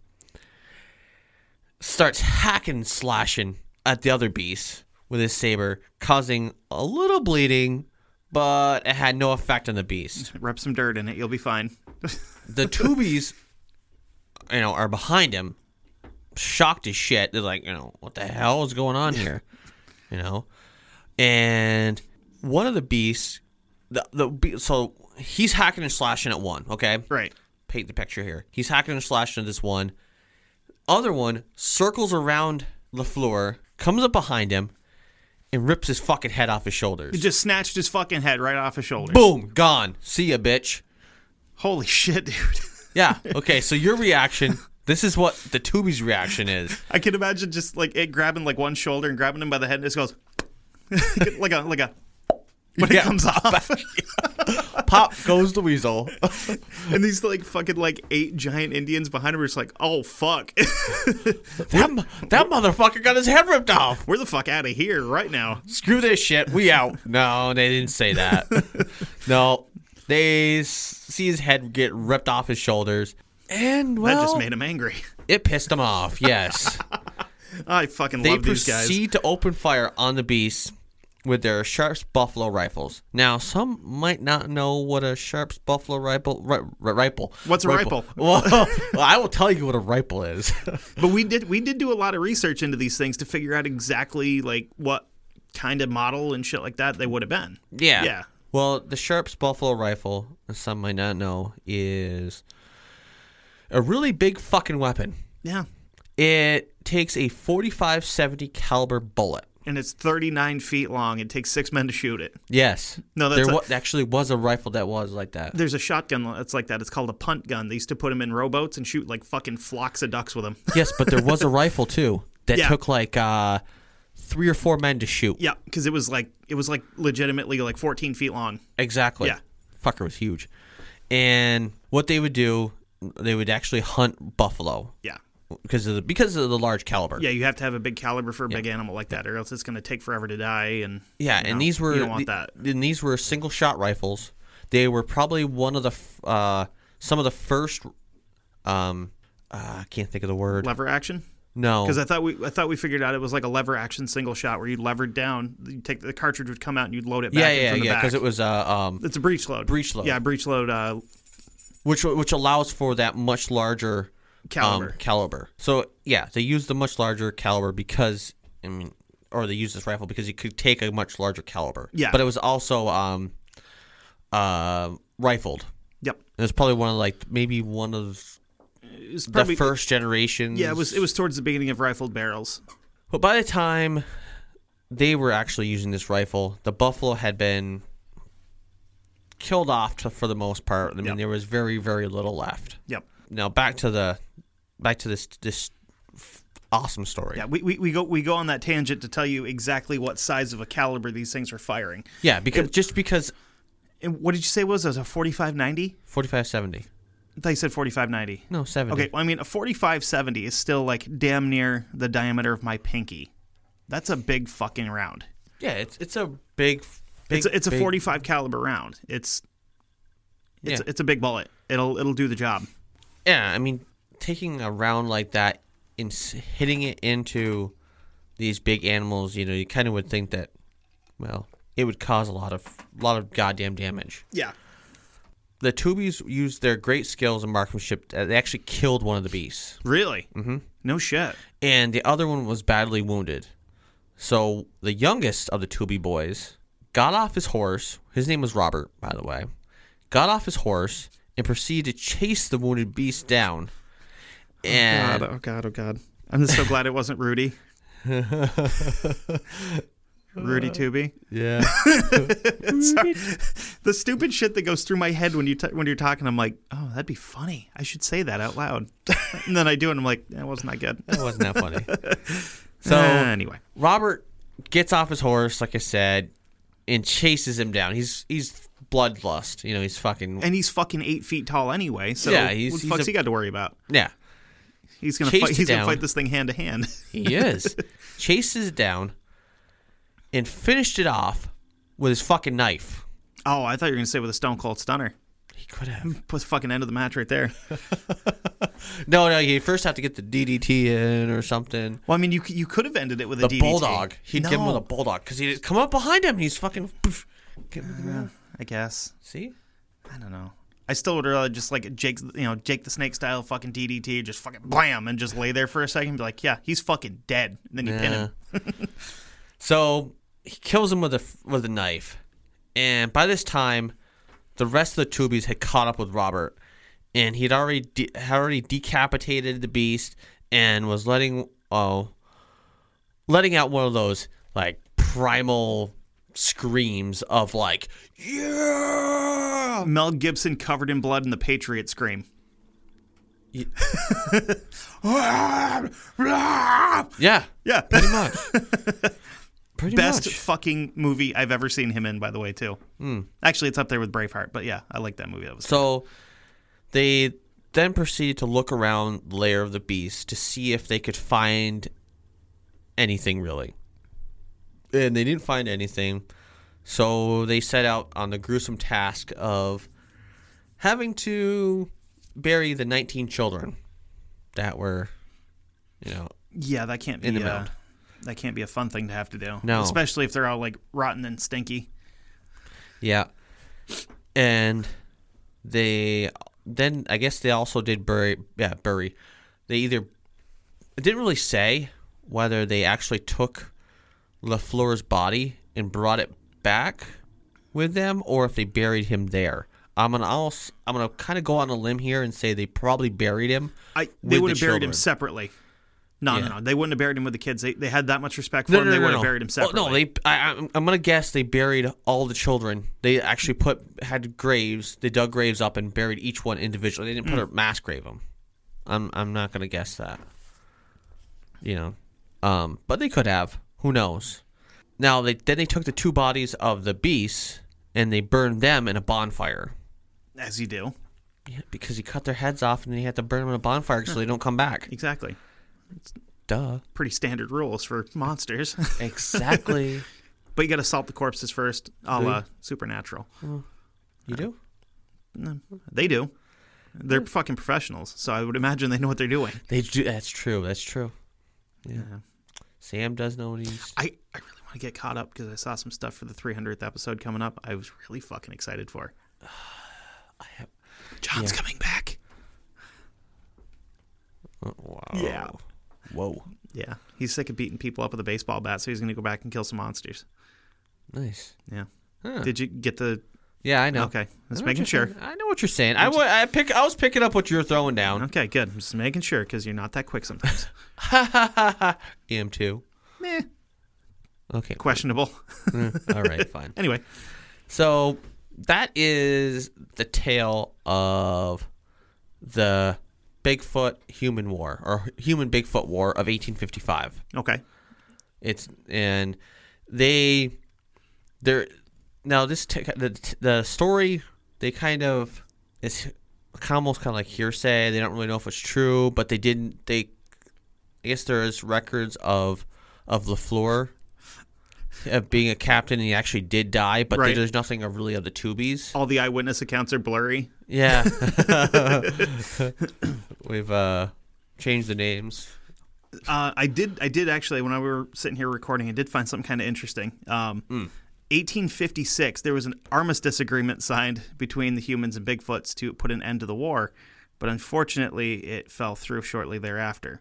starts hacking, slashing at the other beast with his saber, causing a little bleeding, but it had no effect on the beast.
Rub some dirt in it. You'll be fine.
The two beasts, you know, are behind him, shocked as shit. They're like, you know, what the hell is going on here? You know, and one of the beasts, the the be- so he's hacking and slashing at one. Okay,
Right.
paint the picture here. He's hacking and slashing this one. Other one circles around LaFleur, comes up behind him, and rips his fucking head off his
He
shoulders.
just snatched his fucking head right off his shoulders.
Boom, gone. See ya, bitch.
Holy shit, dude.
Yeah. Okay, so your reaction, this is what the Tubi's reaction is.
I can imagine just like it grabbing like one shoulder and grabbing him by the head and just goes like a like a when
Yeah.
it comes off.
Pop goes the weasel.
and these like fucking like eight giant Indians behind him are just like, oh fuck.
That, mo- that motherfucker got his head ripped off.
We're the fuck out of here right now.
Screw this shit. We out. No, they didn't say that. No, they s- see his head get ripped off his shoulders. And well,
That just made him angry.
It pissed them off. Yes,
I fucking
they
love these guys.
proceed to open fire on the beasts with their Sharps Buffalo rifles. Now, some might not know what a Sharps Buffalo rifle. Ri, ri, rifle.
What's a
rifle?
rifle?
Well, well, I will tell you what a rifle is.
But we did we did do a lot of research into these things to figure out exactly like what kind of model and shit like that they would have been.
yeah.
Yeah.
Well, the Sharps Buffalo rifle, as some might not know, is a really big fucking weapon.
Yeah.
It takes a 4570 caliber bullet.
and it's 39 feet long. It takes six men to shoot it.
Yes.
No, that's
there
a-
wa- actually was a rifle that was like that.
There's a shotgun that's like that. It's called a punt gun. They used to put them in rowboats and shoot like fucking flocks of ducks with them.
yes, but there was a rifle too that
Yeah.
took like uh, three or four men to shoot.
yeah, because it was like it was like legitimately like 14 feet long.
Exactly.
Yeah.
Fucker was huge. And what they would do, they would actually hunt buffalo
Yeah,
because of the, because of the large caliber.
yeah. You have to have a big caliber for a big animal like that, or else it's going to take forever to die. And
Yeah,
you know,
and these were
you don't want
the-
that.
And these were single shot rifles. They were probably one of the f- uh, some of the first. Um, uh, I can't think of the word.
Lever action.
no,
Because I thought we I thought we figured out it was like a lever action single shot where you levered down, you take the cartridge would come out and you'd load it back
yeah,
in
yeah,
from the
yeah,
back.
because it was uh, um,
it's a breech load.
Breech load.
Yeah, breech load. Uh,
which which allows for that much larger
Caliber.
Um, caliber. So yeah, they used the much larger caliber because I mean, or they used this rifle because it could take a much larger caliber.
Yeah.
but it was also um, uh, rifled.
yep.
It was probably one of like maybe one of
It was
the first generation.
Yeah, it was it was towards the beginning of rifled barrels.
But by the time they were actually using this rifle, the buffalo had been killed off to, for the most part. I mean,
Yep.
there was very, very little left.
Yep.
Now back to the back to this this f- awesome story.
Yeah, we, we, we go we go on that tangent to tell you exactly what size of a caliber these things were firing.
Yeah, because just because
And what did you say it was? It was a forty five ninety?
forty five seventy.
I thought you said forty five ninety.
No, seventy.
Okay, well, I mean a forty five seventy is still like damn near the diameter of my pinky. That's a big fucking round.
Yeah, it's it's a big. big
It's a, it's a
big-
45 caliber round. It's it's
Yeah.
it's a big bullet. It'll it'll do the job.
Yeah, I mean, taking a round like that and s- hitting it into these big animals, you know, you kind of would think that, well, it would cause a lot of lot of goddamn damage.
Yeah.
The Tubies used their great skills and marksmanship. uh, They actually killed one of the beasts,
Really? Mm-hmm. No shit.
and the other one was badly wounded. So the youngest of the Tubie boys got off his horse. His name was Robert, by the way. Got off his horse and proceeded to chase the wounded beast down. And
God, oh god, oh god. I'm just so glad it wasn't Rudy. Rudy Tooby.
yeah.
The stupid shit that goes through my head when you t- when you're talking, I'm like, oh, that'd be funny. I should say that out loud. and then I do, and I'm like, that wasn't that good.
That wasn't that funny.
So
So
anyway,
Robert gets off his horse, like I said, and chases him down. He's he's bloodlust. You know, he's fucking
and he's fucking eight feet tall anyway. So
Yeah, he's-
what the
he's
fuck's
a-
he got to worry about?
yeah.
He's gonna
Chased
fight,
it
he's gonna
down.
fight this thing hand to hand.
He is chases it down, and finished it off with his fucking knife.
Oh, I thought you were gonna say with a Stone Cold Stunner.
He could have.
Put the fucking end of the match right there.
No, no. You first have to get the DDT in or something.
Well, I mean, you c- you could have ended it with a
The
DDT.
bulldog. He'd
no,
give him with a bulldog because he'd come up behind him. and He's fucking. Poof, get him in the mouth.
I guess.
See.
I don't know. I still would rather just like Jake, you know, Jake the Snake style fucking DDT, just fucking blam and just lay there for a second, and be like, yeah, he's fucking dead, and then you pin him.
so he kills him with a with a knife, and by this time, the rest of the Tubies had caught up with Robert, and he'd already de- had already decapitated the beast and was letting oh, letting out one of those like primal screams of like yeah
Mel Gibson covered in blood in the Patriot scream.
yeah
Yeah,
pretty much pretty
best
much
fucking movie I've ever seen him in. By the way, too.
Hmm.
Actually, it's up there with Braveheart, but yeah, I like that movie. That was
So they then proceeded to look around the lair of the beast to see if they could find anything really. And they didn't find anything. So they set out on the gruesome task of having to bury the 19 children that were, you know,
Yeah, that can't be
in the
uh,
mound.
That can't be a fun thing to have to do.
No.
especially if they're all like rotten and stinky.
Yeah. And they then I guess they also did bury yeah, bury. They either it didn't really say whether they actually took LaFleur's body and brought it back with them or if they buried him there. I'm gonna also, I'm gonna kind of go on a limb here and say they probably buried him.
I
with
they
the
would have buried him
children.
separately. No,
Yeah.
no, no. They wouldn't have buried him with the kids. They, they had that much respect for
No,
him.
no,
they
no,
would
no.
have buried him
Oh,
separately.
no, they. I, I'm, I'm gonna guess they buried all the children. They actually put had graves. They dug graves up and buried each one individually. They didn't put
Hmm.
a mass grave them. I'm I'm not gonna guess that. You know, um, but they could have. Who knows? Now they then they took the two bodies of the beasts and they burned them in a bonfire.
As you do.
Yeah, because he cut their heads off and then he had to burn them in a bonfire so they don't come back.
Exactly.
Duh.
Pretty standard rules for monsters.
Exactly.
but you got to salt the corpses first, a
Do you?
la Supernatural.
you do.
They do. They're fucking professionals, so I would imagine they know what they're doing.
They do. That's true. That's true. Yeah. Sam does know what he's.
I, I really want to get caught up because I saw some stuff for the 300th episode coming up. I was really fucking excited for. John's coming back.
Oh, Wow.
Yeah.
Whoa.
Yeah, he's sick of beating people up with a baseball bat, so he's going to go back and kill some monsters.
Nice.
Yeah.
Huh.
Did you get the?
Yeah, I know.
Okay,
I know
just
what
making
you're
sure.
saying. I know what you're saying. I wa- I pick. I was picking up what you were throwing down.
Okay, good. I'm just making sure because you're not that quick sometimes. Uh-huh.
Em two.
Meh,
Okay.
questionable.
All right. Fine.
anyway,
So that is the tale of the Bigfoot human war or human Bigfoot war of 1855.
okay.
It's and they they're now this t- the the story they kind of it's almost kind of like hearsay. They don't really know if it's true, but they didn't. They I guess there is records of of Lafleur of being a captain. and He actually did die, but
Right. Oh.
there's nothing of really of the Tubies.
All the eyewitness accounts are blurry.
Yeah, we've uh changed the names.
Uh, I did. I did actually. When I were sitting here recording, I did find something kind of interesting. Um,
Hmm.
1856, there was an armistice agreement signed between the humans and Bigfoots to put an end to the war, but unfortunately, it fell through shortly thereafter.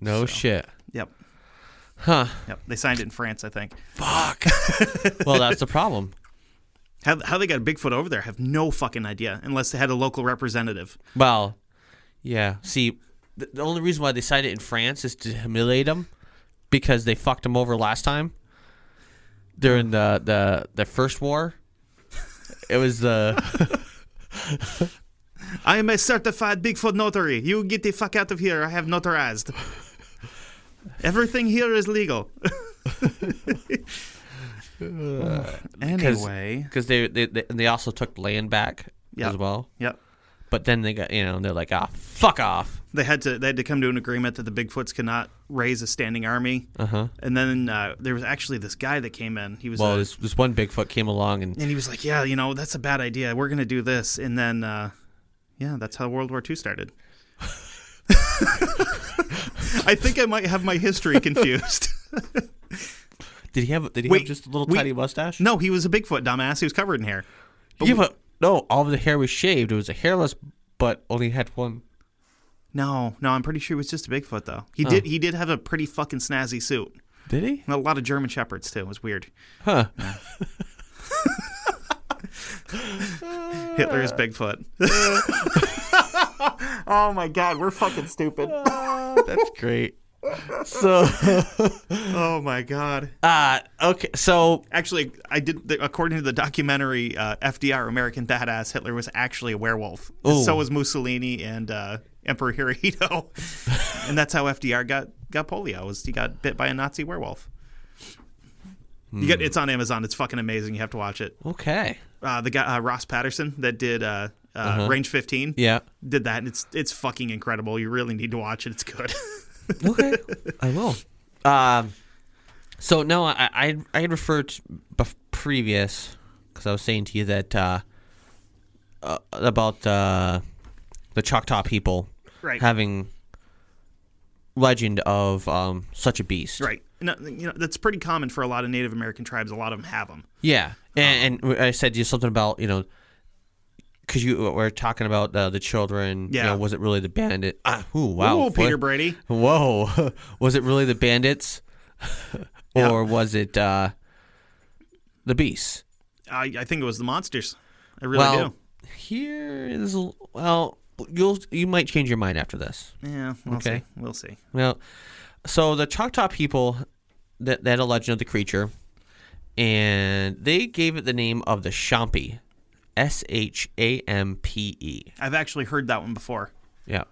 No shit.
Yep.
Huh.
Yep. They signed it in France, I think.
Fuck. well, that's the problem.
How, how they got Bigfoot over there, I have no fucking idea, unless they had a local representative.
Well, yeah. See, th- the only reason why they cited it in France is to humiliate them because they fucked them over last time during the the, the first war. It was uh, the
I am a certified Bigfoot notary. You get the fuck out of here. I have notarized. Everything here is legal. anyway.
because they, they they and they also took land back
Yeah.
as well.
Yep.
But then they got you know they're like ah fuck off.
They had to they had to come to an agreement that the Bigfoots cannot raise a standing army. Uh-huh. And then uh, there was actually this guy that came in. He was
Well,
a-
this this one Bigfoot came along and
and he was like, "Yeah, you know, that's a bad idea. We're gonna do this." And then, uh, yeah, that's how World War II started. I think I might have my history confused.
did he have did he
Wait,
have just a little
we-
tiny mustache?
no, he was a Bigfoot dumbass. He was covered in hair.
yeah, but no, all of the hair was shaved. It was a hairless, but only had one.
No, no, I'm pretty sure he was just a Bigfoot though. He did he did have a pretty fucking snazzy suit.
Did he?
And a lot of German shepherds too. It was weird.
Huh.
Hitler is Bigfoot. oh my god, we're fucking stupid.
That's great. So.
Oh my god.
Uh, okay, so
Actually, I did. The, according to the documentary uh, FDR, American Badass, Hitler was actually a werewolf.
Ooh.
So was Mussolini and uh, Emperor Hirohito, and that's how FDR got got polio. Was he got bit by a Nazi werewolf? You get
Hmm.
it's on Amazon. It's fucking amazing. You have to watch it.
okay,
Uh, the guy uh, Ross Patterson that did uh, uh, Range 15,
Uh-huh. yeah,
did that, and it's it's fucking incredible. You really need to watch it. It's good.
okay, I will. Um, so no, I I I had referred to bef- previous because I was saying to you that uh, uh about uh the Choctaw people
Right.
having legend of um such a beast,
right. No, you know that's pretty common for a lot of Native American tribes. A lot of them have them.
Yeah, and, and I said to you something about you know because you were talking about uh, the children. you
Yeah.
know, was it really the bandit? Ah, ooh, wow,
Ooh, Peter
what-
Brady.
Whoa. was it really the bandits? or was it uh, the beasts?
I, I think it was the monsters. I really
well,
do.
here is well, you'll you might change your mind after this.
Yeah, we'll
Okay.
see. We'll see.
Well, so the Choctaw people that that a legend of the creature, and they gave it the name of the Shampi, S H A M P E.
I've actually heard that one before.
Yeah,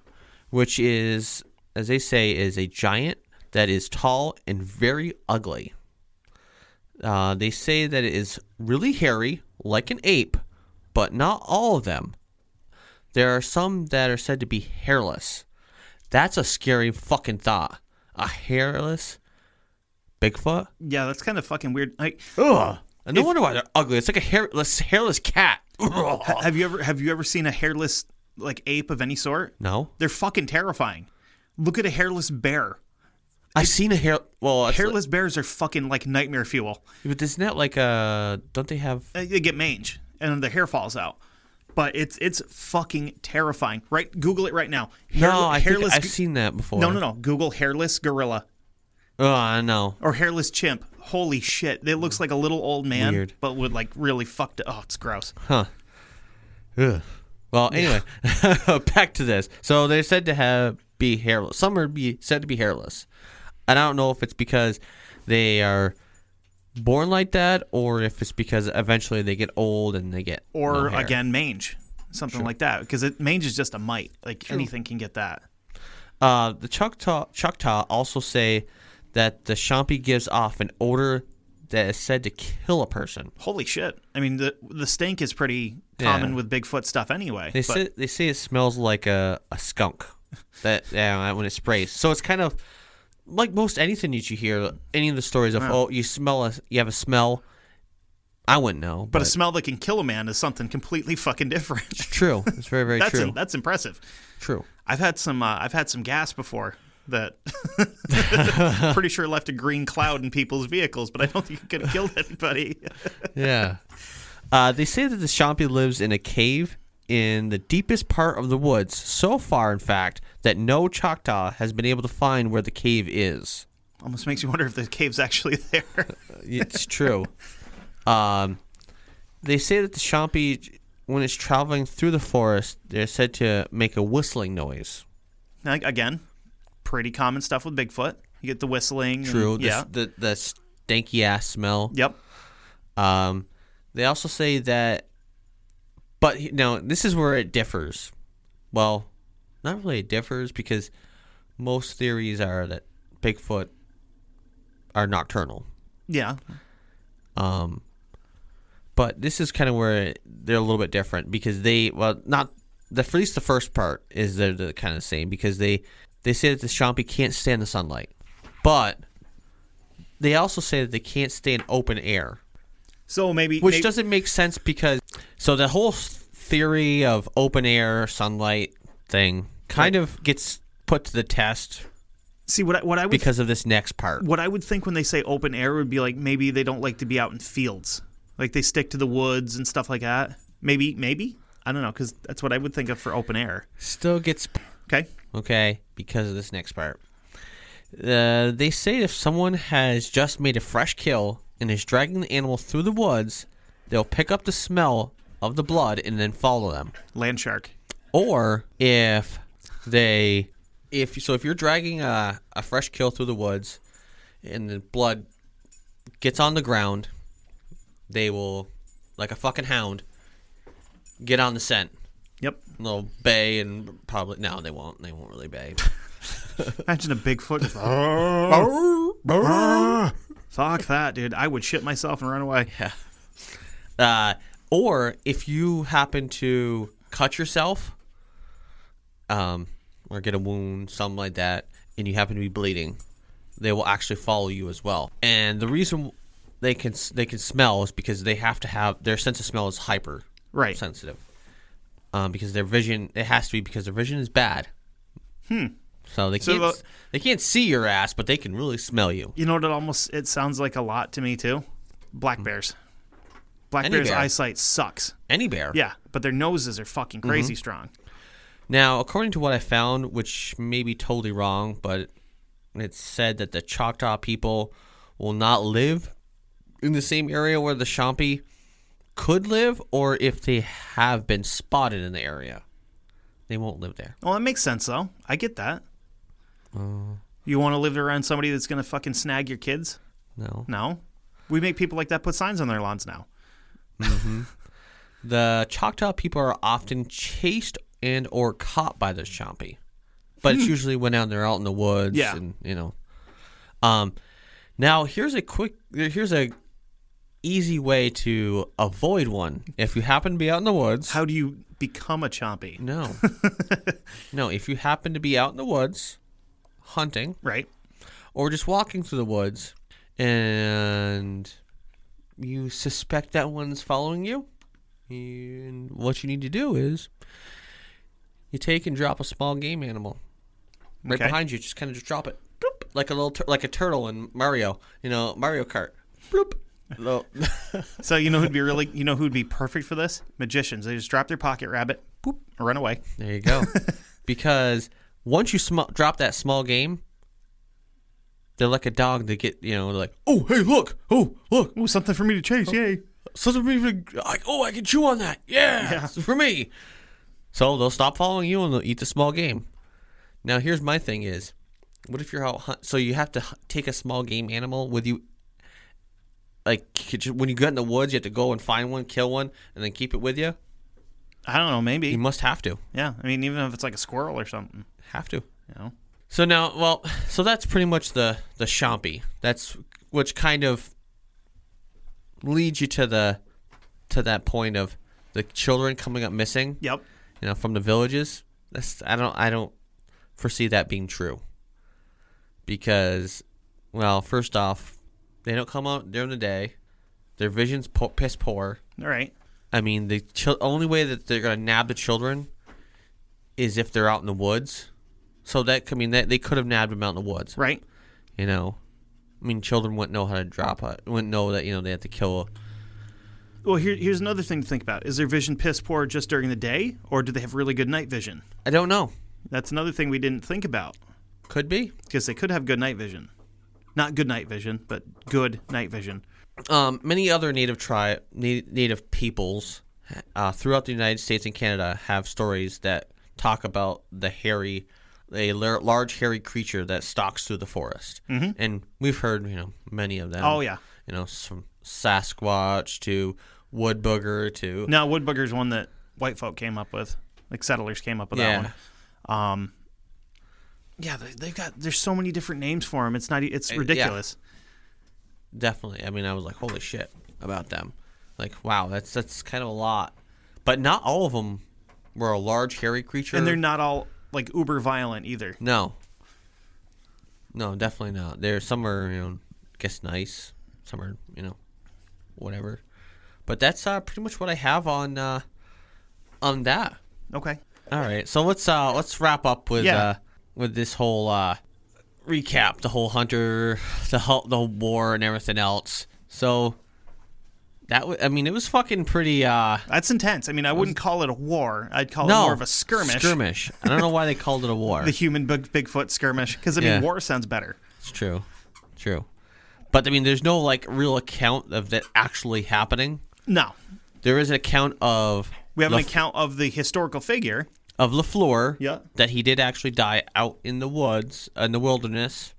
which is as they say is a giant that is tall and very ugly. Uh, they say that it is really hairy, like an ape, but not all of them. There are some that are said to be hairless. That's a scary fucking thought. A hairless Bigfoot?
Yeah, that's kind of fucking weird. Like,
Ugh. And no
If-
wonder why they're ugly. It's like a hairless hairless cat. Ugh.
ha- have you ever have you ever seen a hairless like ape of any sort?
No.
They're fucking terrifying. Look at a hairless bear.
I've seen a hair well it's like-
Hairless bears are fucking like nightmare fuel.
but isn't that like a don't they have
Uh, They get mange and the hair falls out. But it's it's fucking terrifying. Right? Google it right now. Hair-
No, I think I've
go-
seen that before.
No, no, no. Google hairless gorilla
Oh, no.
or hairless chimp. Holy shit! It looks like a little old man,
Weird.
but with like really fucked. Oh, it's gross.
Ugh. Well, anyway, back to this. So they're said to have be hairless. Some are be said to be hairless, and I don't know if it's because they are born like that, or if it's because eventually they get old and they get no
or
hair.
again mange something like that because it mange is just a mite like anything can get that
Uh, the Choctaw Choctaw also say that the Shampi gives off an odor that is said to kill a person.
holy shit i mean the the stink is pretty
Yeah.
common with bigfoot stuff anyway
They
but
say they say it smells like a, a skunk. That yeah, when it sprays. So it's kind of like most anything that you hear, any of the stories of oh you smell a you have a smell. I wouldn't know,
but
but,
a smell that can kill a man is something completely fucking different
it's true. It's very very
that's
true.
that's impressive
true.
i've had some uh, i've had some gas before that pretty sure left a green cloud in people's vehicles but i don't think it could have killed anybody
Yeah. Uh, they say that the Shampi lives in a cave in the deepest part of the woods, so far in fact that no Choctaw has been able to find where the cave is.
almost makes you wonder if the cave's actually there
It's true. um, they say that the Shampi, when it's traveling through the forest, they're said to make a whistling noise.
Now, again pretty common stuff with bigfoot you get the whistling and-
True. The,
yeah
The, the stanky ass smell.
Yep.
Um, they also say that, but he- now this is where it differs. Well, not really it differs because most theories are that Bigfoot are nocturnal.
Yeah.
Um, but this is kind of where they're a little bit different because they well not the at least the first part is they're the kind of same because they they say that the Shampi can't stand the sunlight, but they also say that they can't stand open air,
So maybe
which
may-
doesn't make sense because so the whole s- theory of open air sunlight thing kind of gets put to the test
see what I, what I would
because of this next part.
what I would think when they say open air would be like maybe they don't like to be out in fields, like they stick to the woods and stuff like that. Maybe maybe I don't know because that's what I would think of for open air.
Still gets
Okay.
okay, because of this next part. Uh, they say if someone has just made a fresh kill and is dragging the animal through the woods, they'll pick up the smell of the blood and then follow them.
Land shark.
Or if they, if so, if you're dragging a, a fresh kill through the woods, and the blood gets on the ground, they will, like a fucking hound, get on the scent.
Yep.
They'll bay and probably no, they won't. They won't really bay.
Imagine a Bigfoot. just, Fuck that, dude. I would shit myself and run away.
Uh, or if you happen to cut yourself, um, or get a wound, something like that, and you happen to be bleeding, they will actually follow you as well. And the reason they can they can smell is because they have to have their sense of smell is hyper
Right.
sensitive, um, because their vision it has to be because their vision is bad. Hmm. So they can't
the-
they can't see your ass, but they can really smell you.
You know what? It almost it sounds like a lot to me too. Black bears. Black
Any
bears'
bear.
eyesight sucks.
Any bear.
Yeah, but their noses are fucking crazy strong.
Now, according to what I found, which may be totally wrong, but it's said that the Choctaw people will not live in the same area where the Shampi could live, or if they have been spotted in the area. They won't live there.
Well, that makes sense though. I get that. you want to live around somebody that's going to fucking snag your kids?
No.
No. We make people like that put signs on their lawns now.
The Choctaw people are often chased and or caught by the Chompy, but it's usually when out they're out in the woods.
Hmm. Yeah.
and you know. Um, now here's a quick. Here's a easy way to avoid one if you happen to be out in the woods.
How do you become a chompy?
No, no. If you happen to be out in the woods, hunting,
Right?
or just walking through the woods and you suspect that one's following you, and what you need to do is you take and drop a small game animal right
Okay.
behind you. Just kind of just drop it, Bloop. like a little tur- like a turtle in Mario, you know, Mario Kart. Bloop. Little-
So you know who'd be really you know who'd be perfect for this? Magicians. They just drop their pocket rabbit, boop, and run away.
there you go. because once you sm- drop that small game. They're like a dog. They get, you know, they're like, oh, hey, look, oh, look,
Ooh, something for me to chase, yay.
Something even like, oh, I can chew on that. Yeah, it's for me. So they'll stop following you and they'll eat the small game. Now here's my thing: is what if you're out hunt? So you have to hu- take a small game animal with you. Like could you- when you get in the woods, you have to go and find one, kill one, and then keep it with you.
I don't know,
You
maybe.
must have to,
Yeah. I mean, even if it's like a squirrel or something,
have to.
you know.
So now, well, so that's pretty much the the Chompy. That's which kind of leads you to the to that point of the children coming up missing.
Yep.
you know, from the villages. That's I don't I don't foresee that being true. Because, well, first off, they don't come out during the day. Their vision's po- piss poor.
All right.
I mean, the chil- only way that they're gonna nab the children is if they're out in the woods. So that I mean that they could have nabbed them out in the woods,
Right.
you know. I mean, children wouldn't know how to drop it. Wouldn't know that you know they have to kill.
Well, here, here's another thing to think about. Is their vision piss poor just during the day, or do they have really good night vision?
I don't know.
That's another thing we didn't think about
Could be.
because they could have good night vision. Not good night vision, but good night vision.
um, many other native tri- na- native peoples uh, throughout the United States and Canada have stories that talk about the hairy, a lar- large hairy creature that stalks through the forest, mm-hmm. and we've heard you know many of them.
Oh, yeah.
you know s- from Sasquatch to wood booger to
Now, Woodbugger's one that white folk came up with, like settlers came up with
yeah.
that one. Um, yeah, they, they've got there's so many different names for them. It's not e- it's
Eh, yeah.
ridiculous.
definitely. I mean, I was like, holy shit about them. Like, wow, that's that's kind of a lot, but not all of them were a large hairy creature.
And they're not all like uber violent either.
No. No, definitely not. There, some are, you know, I guess nice. Some are, you know, whatever. But that's uh, pretty much what I have on uh, on that.
Okay.
All right, so let's uh, let's wrap up with
Yeah.
uh, with this whole uh, recap, the whole hunter, the whole, the whole war, and everything else. So that w- I mean, it was fucking pretty. Uh,
That's intense. I mean, I wouldn't call it a war. I'd call
no,
it more of a skirmish.
Skirmish. I don't know why they called it a war.
The human big, Bigfoot skirmish because I mean,
Yeah.
war sounds better.
It's true. True. But I mean, there's no like real account of that actually happening.
No,
There is an account of
we have an
Laf-
account of the historical figure.
of Lafleur.
Yeah.
That he did actually die out in the woods, uh, in the wilderness.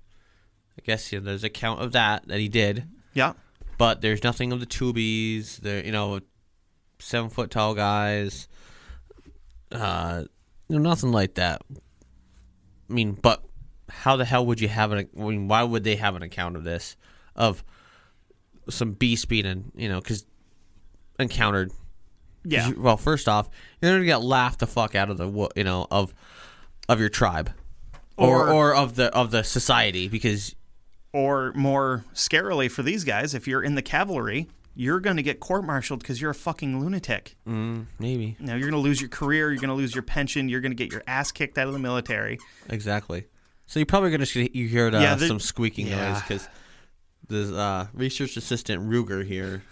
I guess yeah, there's account of that that he did,
Yeah.
but there's nothing of the Tubies. The you know, seven foot tall guys. Uh, you know, nothing like that. I mean, but how the hell would you have an? I mean, why would they have an account of this, of some beast being, in, you know, because encountered? 'Cause
Yeah.
you- well, first off, you're gonna get laughed the fuck out of the, wo- you know, of of your tribe, or
Or-
or of the of the society because
Or more scarily for these guys, if you're in the cavalry, you're going to get court martialed because you're a fucking lunatic.
Mm. maybe
Now you're going to lose your career, you're going to lose your pension, you're going to get your ass kicked out of the military.
Exactly. So you're probably gonna see- you hear uh,
Yeah, there-
some squeaking
Yeah.
noise because the uh, research assistant Ruger here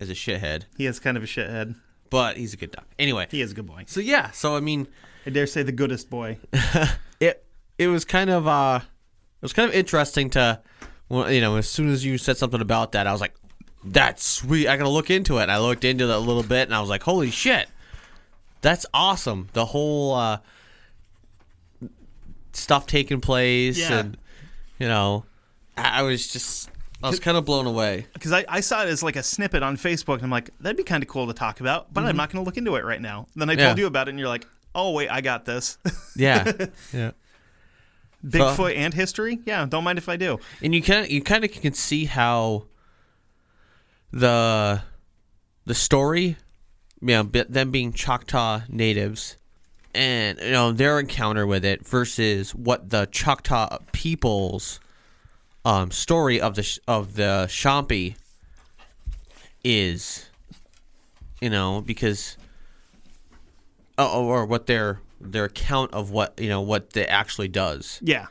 is a shithead,
He is kind of a shithead.
but he's a good dog. Anyway,
He is a good boy.
so yeah, so I mean,
I dare say the goodest boy.
it it was kind of uh, it was kind of interesting to, well, you know, as soon as you said something about that, I was like, that's sweet. I gotta look into it. And I looked into it a little bit, and I was like, holy shit, That's awesome. The whole uh, stuff taking place,
Yeah.
and you know, I, I was just I was kind of blown away.
because I, I saw it as like a snippet on Facebook, and I'm like, that'd be kind of cool to talk about, but I'm not going to look into it right now. Then I
Mm-hmm. Yeah.
told you about it, and you're like, oh wait, I got this.
Yeah, yeah.
Bigfoot and history, yeah. Don't mind if I do.
And you kind of you kind of can see how the the story, you know, be- them being Choctaw natives and you know their encounter with it versus what the Choctaw people's um, story of the sh- of the Shompi is, you know, because oh, or what their their account of what you know what it actually does
Yeah,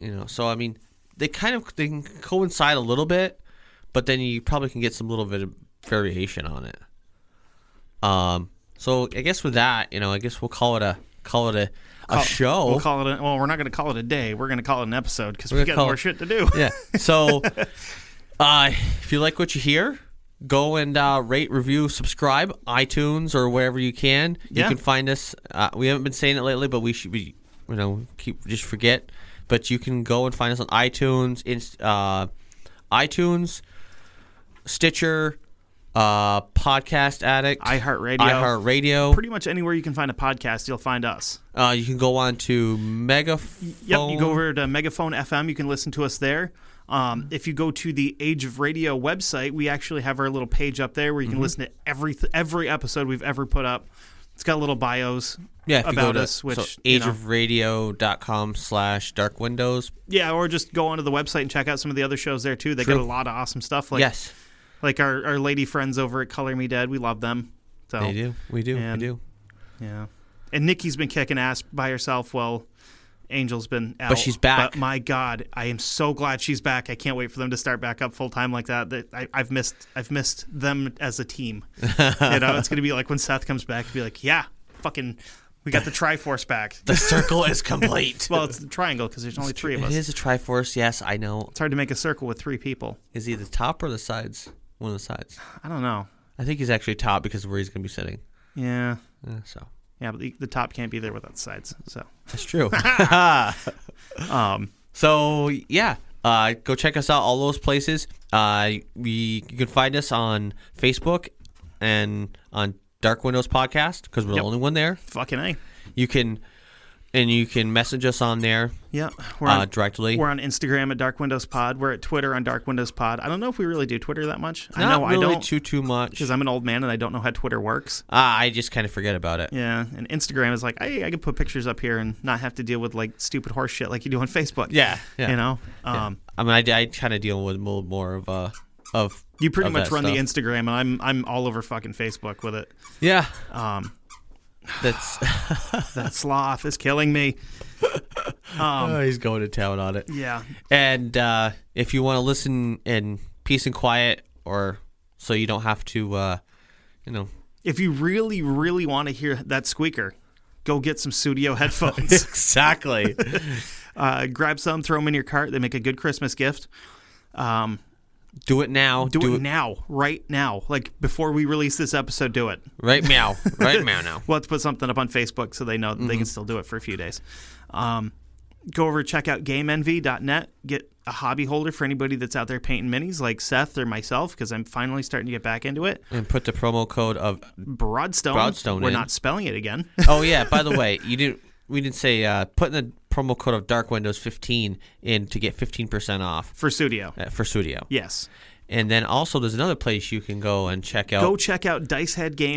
you know so i mean they kind of they can coincide a little bit but then you probably can get some little bit of variation on it um so i guess with that you know i guess we'll call it a call it a, a show
We'll call it. A, well, we're not going to call it a day. We're going to call it an episode because we
gonna
got
call
more
it-
shit to do.
yeah so uh if you like what you hear go and uh, rate review subscribe itunes or wherever you can you
Yeah.
can find us uh, we haven't been saying it lately but we should be you know keep just forget but you can go and find us on itunes inst- uh, itunes stitcher uh, podcast addict
iHeartRadio.
iheartradio
Pretty much anywhere you can find a podcast, you'll find us.
uh, you can go on to megaphone
Yep, you go over to Megaphone FM. You can listen to us there. Um, if you go to the Age of Radio website, we actually have our little page up there where
Mm-hmm.
you can listen to every every episode we've ever put up. It's got little bios
yeah, if you go
about
to,
us, which
so,
you know,
ageofradio.com slash dark windows.
yeah, or just go onto the website and check out some of the other shows there too. They
True.
got a lot of awesome stuff. Like
yes,
like our, our lady friends over at Color Me Dead, we love them. So
they do. We do.
oh. and-
we do.
yeah, and Nikki's been kicking ass by herself. Well. Angel's been out,
she's back.
But my God, I am so glad she's back. I can't wait for them to start back up full time like that. That I, I've missed, I've missed them as a team. you know, it's gonna be like when Seth comes back, be like, yeah, fucking, we got the Triforce back.
The circle is complete.
well, it's the triangle because there's only three of
it
us.
is a Triforce. Yes, I know.
It's hard to make a circle with three people.
Is he the top or the sides? One of the sides.
I don't know.
I think he's actually top because of where he's going to be sitting.
Yeah,
Yeah, so
yeah, but the, the top can't be there without the sides. So,
that's true.
um,
so yeah, uh, go check us out all those places. Uh, we you can find us on Facebook and on Dark Windows Podcast because we're
Yep.
the only one there.
fucking a.
You can and you can message us on there
Yeah, we're on,
uh, directly.
We're on Instagram at Dark Windows Pod. We're at Twitter on Dark Windows Pod. I don't know if we really do Twitter that much. I
Not
know
really
I don't
too too much.
because I'm an old man and I don't know how Twitter works.
Ah, I just kind of forget about it.
Yeah, and Instagram is like, hey, I can put pictures up here and not have to deal with like stupid horse shit like you do on Facebook.
Yeah, yeah.
you know, um,
I mean, I, I kind of deal with more, more of uh of
you pretty
of
much
that
run the
stuff.
Instagram, and I'm I'm all over fucking Facebook with it.
yeah.
Um,
That's
that sloth is killing me. Um,
oh, he's going to town on it.
Yeah,
And uh, if you want to listen in peace and quiet, or so you don't have to, uh, you know,
if you really really want to hear that squeaker, go get some studio headphones.
exactly.
uh, grab some, throw them in your cart. They make a good Christmas gift. Um,
do it now.
do, it, now, right now, like before we release this episode. Do it.
right meow, right meow now.
Well, let's put something up on Facebook so they know that they can still do it for a few days. Um, go over check out GameNV.net. Get a hobby holder for anybody that's out there painting minis, like Seth or myself, because I'm finally starting to get back into it.
And put the promo code of.
Broadstone.
Broadstone
We're
in.
not spelling it again.
Oh yeah. By the way, you didn't. We didn't say uh, put in the promo code of Dark Windows 15 in to get 15% off
for studio.
uh, for Studio.
Yes.
And then also, there's another place you can go and check out.
go check out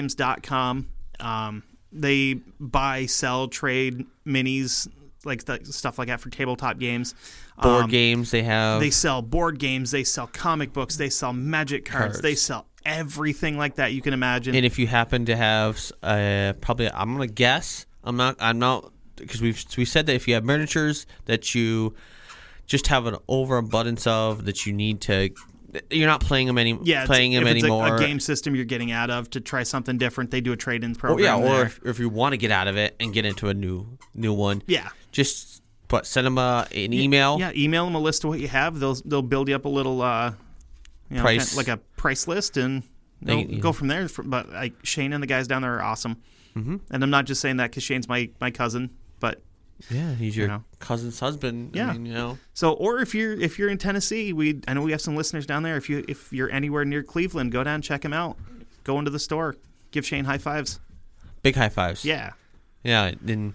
diceheadgames.com. Um, they buy, sell, trade minis, like th- stuff like that for tabletop games.
board
Um,
games they have.
They sell board games, they sell comic books, they sell magic cards,
Cards.
they sell everything like that you can imagine.
and if you happen to have uh, probably, I'm gonna guess. I'm not. I'm not because we've we said that if you have miniatures that you just have an overabundance of that you need to, you're not playing them any.
yeah, it's-
playing them
if it's a-
anymore.
A, game system you're getting out of to try something different, they do a trade in
Or, Oh, yeah,
program.
or
there.
if, if you want to get out of it and get into a new new one.
yeah.
Just but send them a, an email.
Yeah, email them a list of what you have. They'll they'll build you up a little uh, you know,
Price.
kind- like a price list, and
They-
they'll go from there. Fr- But like Shane and the guys down there are awesome.
Mm-hmm.
And I'm not just saying that because Shane's my, my cousin, but
Yeah, he's your
know.
cousin's husband.
Yeah.
I mean, you know.
So, or if you're if you're in Tennessee, we I know we have some listeners down there. If you if you're anywhere near Cleveland, go down check him out. Go into the store, give Shane high fives.
Big high fives.
Yeah.
Yeah. And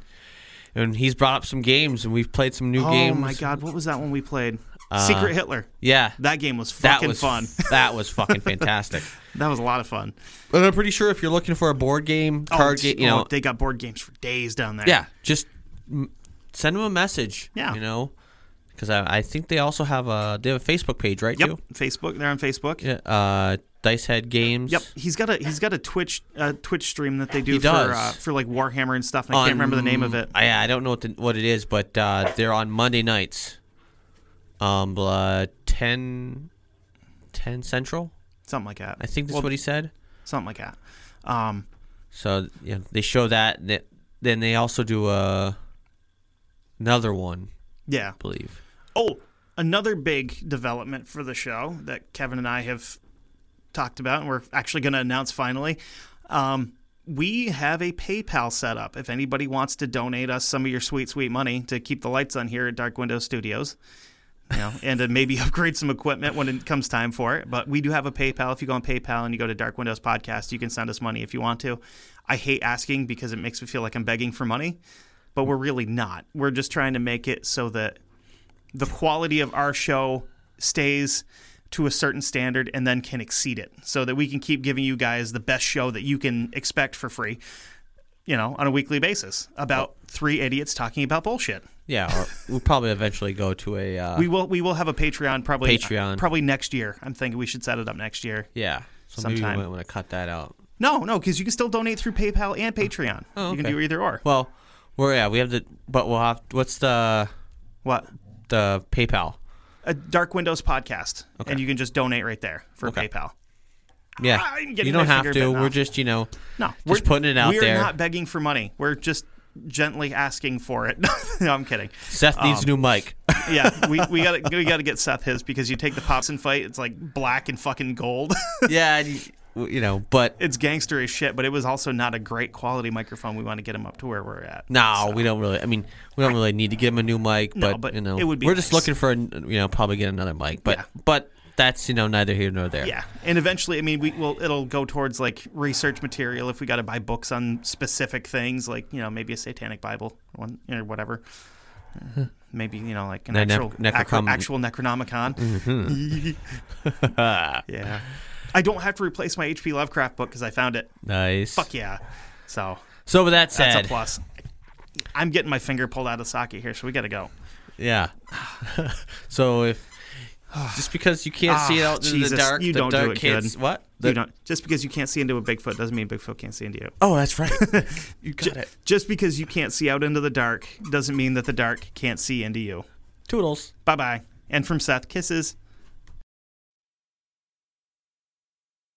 and he's brought up some games and we've played some new
oh
games.
my God, what was that one we played? Secret Hitler.
Yeah.
That game was fucking
Uh, that was
fun.
that was fucking fantastic.
That was a lot of fun.
But I'm pretty sure if you're looking for a board game, card
oh,
game,
oh,
you know,
they got board games for days down there.
yeah, just m- send them a message.
Yeah.
You know, because I, I think they also have a they have a Facebook page, right?
Yep.
Too?
Facebook. They're on Facebook.
Yeah. Uh, Dice Head Games.
Yep, he's got a he's got a Twitch uh, Twitch stream that they do
He
for
does. Um,
uh, for like Warhammer and stuff. And I can't remember the name of it.
I I don't know what the, what it is, but uh, they're on Monday nights. Um, uh, 10, 10 Central.
Something like that.
I think that's
Well,
what he said.
something like that. Um,
So yeah, they show that. and it- Then they also do a another one,
yeah.
I believe.
Oh, another big development for the show that Kevin and I have talked about, and we're actually going to announce finally. Um, we have a PayPal set up. If anybody wants to donate us some of your sweet, sweet money to keep the lights on here at Dark Window Studios, you know, and to maybe upgrade some equipment when it comes time for it. But we do have a PayPal. If you go on PayPal and you go to Dark Windows Podcast, you can send us money if you want to. I hate asking because it makes me feel like I'm begging for money, but we're really not. We're just trying to make it so that the quality of our show stays to a certain standard and then can exceed it so that we can keep giving you guys the best show that you can expect for free you know on a weekly basis about three idiots talking about bullshit
Yeah, or we'll probably eventually go to a. Uh,
we will we will have a patreon probably
Patreon.
probably next year i'm thinking we should set it up next year
yeah, so maybe
sometime.
we might want to cut that out.
no no because you can still donate through paypal and patreon
Oh,
you can
okay.
do either or
Well, we're yeah, we have the but we'll have what's the
what
the PayPal?
a dark windows podcast and you can just donate right there for
Okay.
paypal
Yeah,
I'm getting
you don't
my
have
finger
to.
bitten
We're
off.
just you know
No,
just putting it out
we're
there.
We're not begging for money. We're just gently asking for it. no, I'm kidding.
Seth needs a
Um,
new mic.
Yeah, we, we got to we got to get Seth his because you take the Popson fight, it's like black and fucking gold.
yeah, and you- you know, but
it's gangster as shit, but it was also not a great quality microphone. We want to get him up to where we're at.
no, we don't really. I mean, we don't really need to give him a new mic, but,
but
you know,
it would be
we're just
nice.
looking for a, you know probably get another mic, but
Yeah.
but that's you know neither here nor there.
Yeah, and eventually, I mean, we will. It'll go towards like research material if we got to buy books on specific things, like you know, maybe a Satanic Bible one or whatever. Maybe you know, like an
The nec-
actual
Hmm. necrocom-
acro- actual Necronomicon.
Mm-hmm.
yeah, I don't have to replace my H.P. Lovecraft book because I found it.
nice.
Fuck yeah! So
So with that
that's
said,
a plus. I'm getting my finger pulled out of socket here, so we got to go.
yeah. so if just because you can't see it
Ah,
out in the
Jesus,
dark,
you
the
don't do
dark
it
can't
good.
s- What?
you don't, just because you can't see into a Bigfoot doesn't mean Bigfoot can't see into you.
Oh, that's right. you got
Ju-
it.
Just because you can't see out into the dark doesn't mean that the dark can't see into you.
Toodles.
Bye bye. And from Seth, kisses.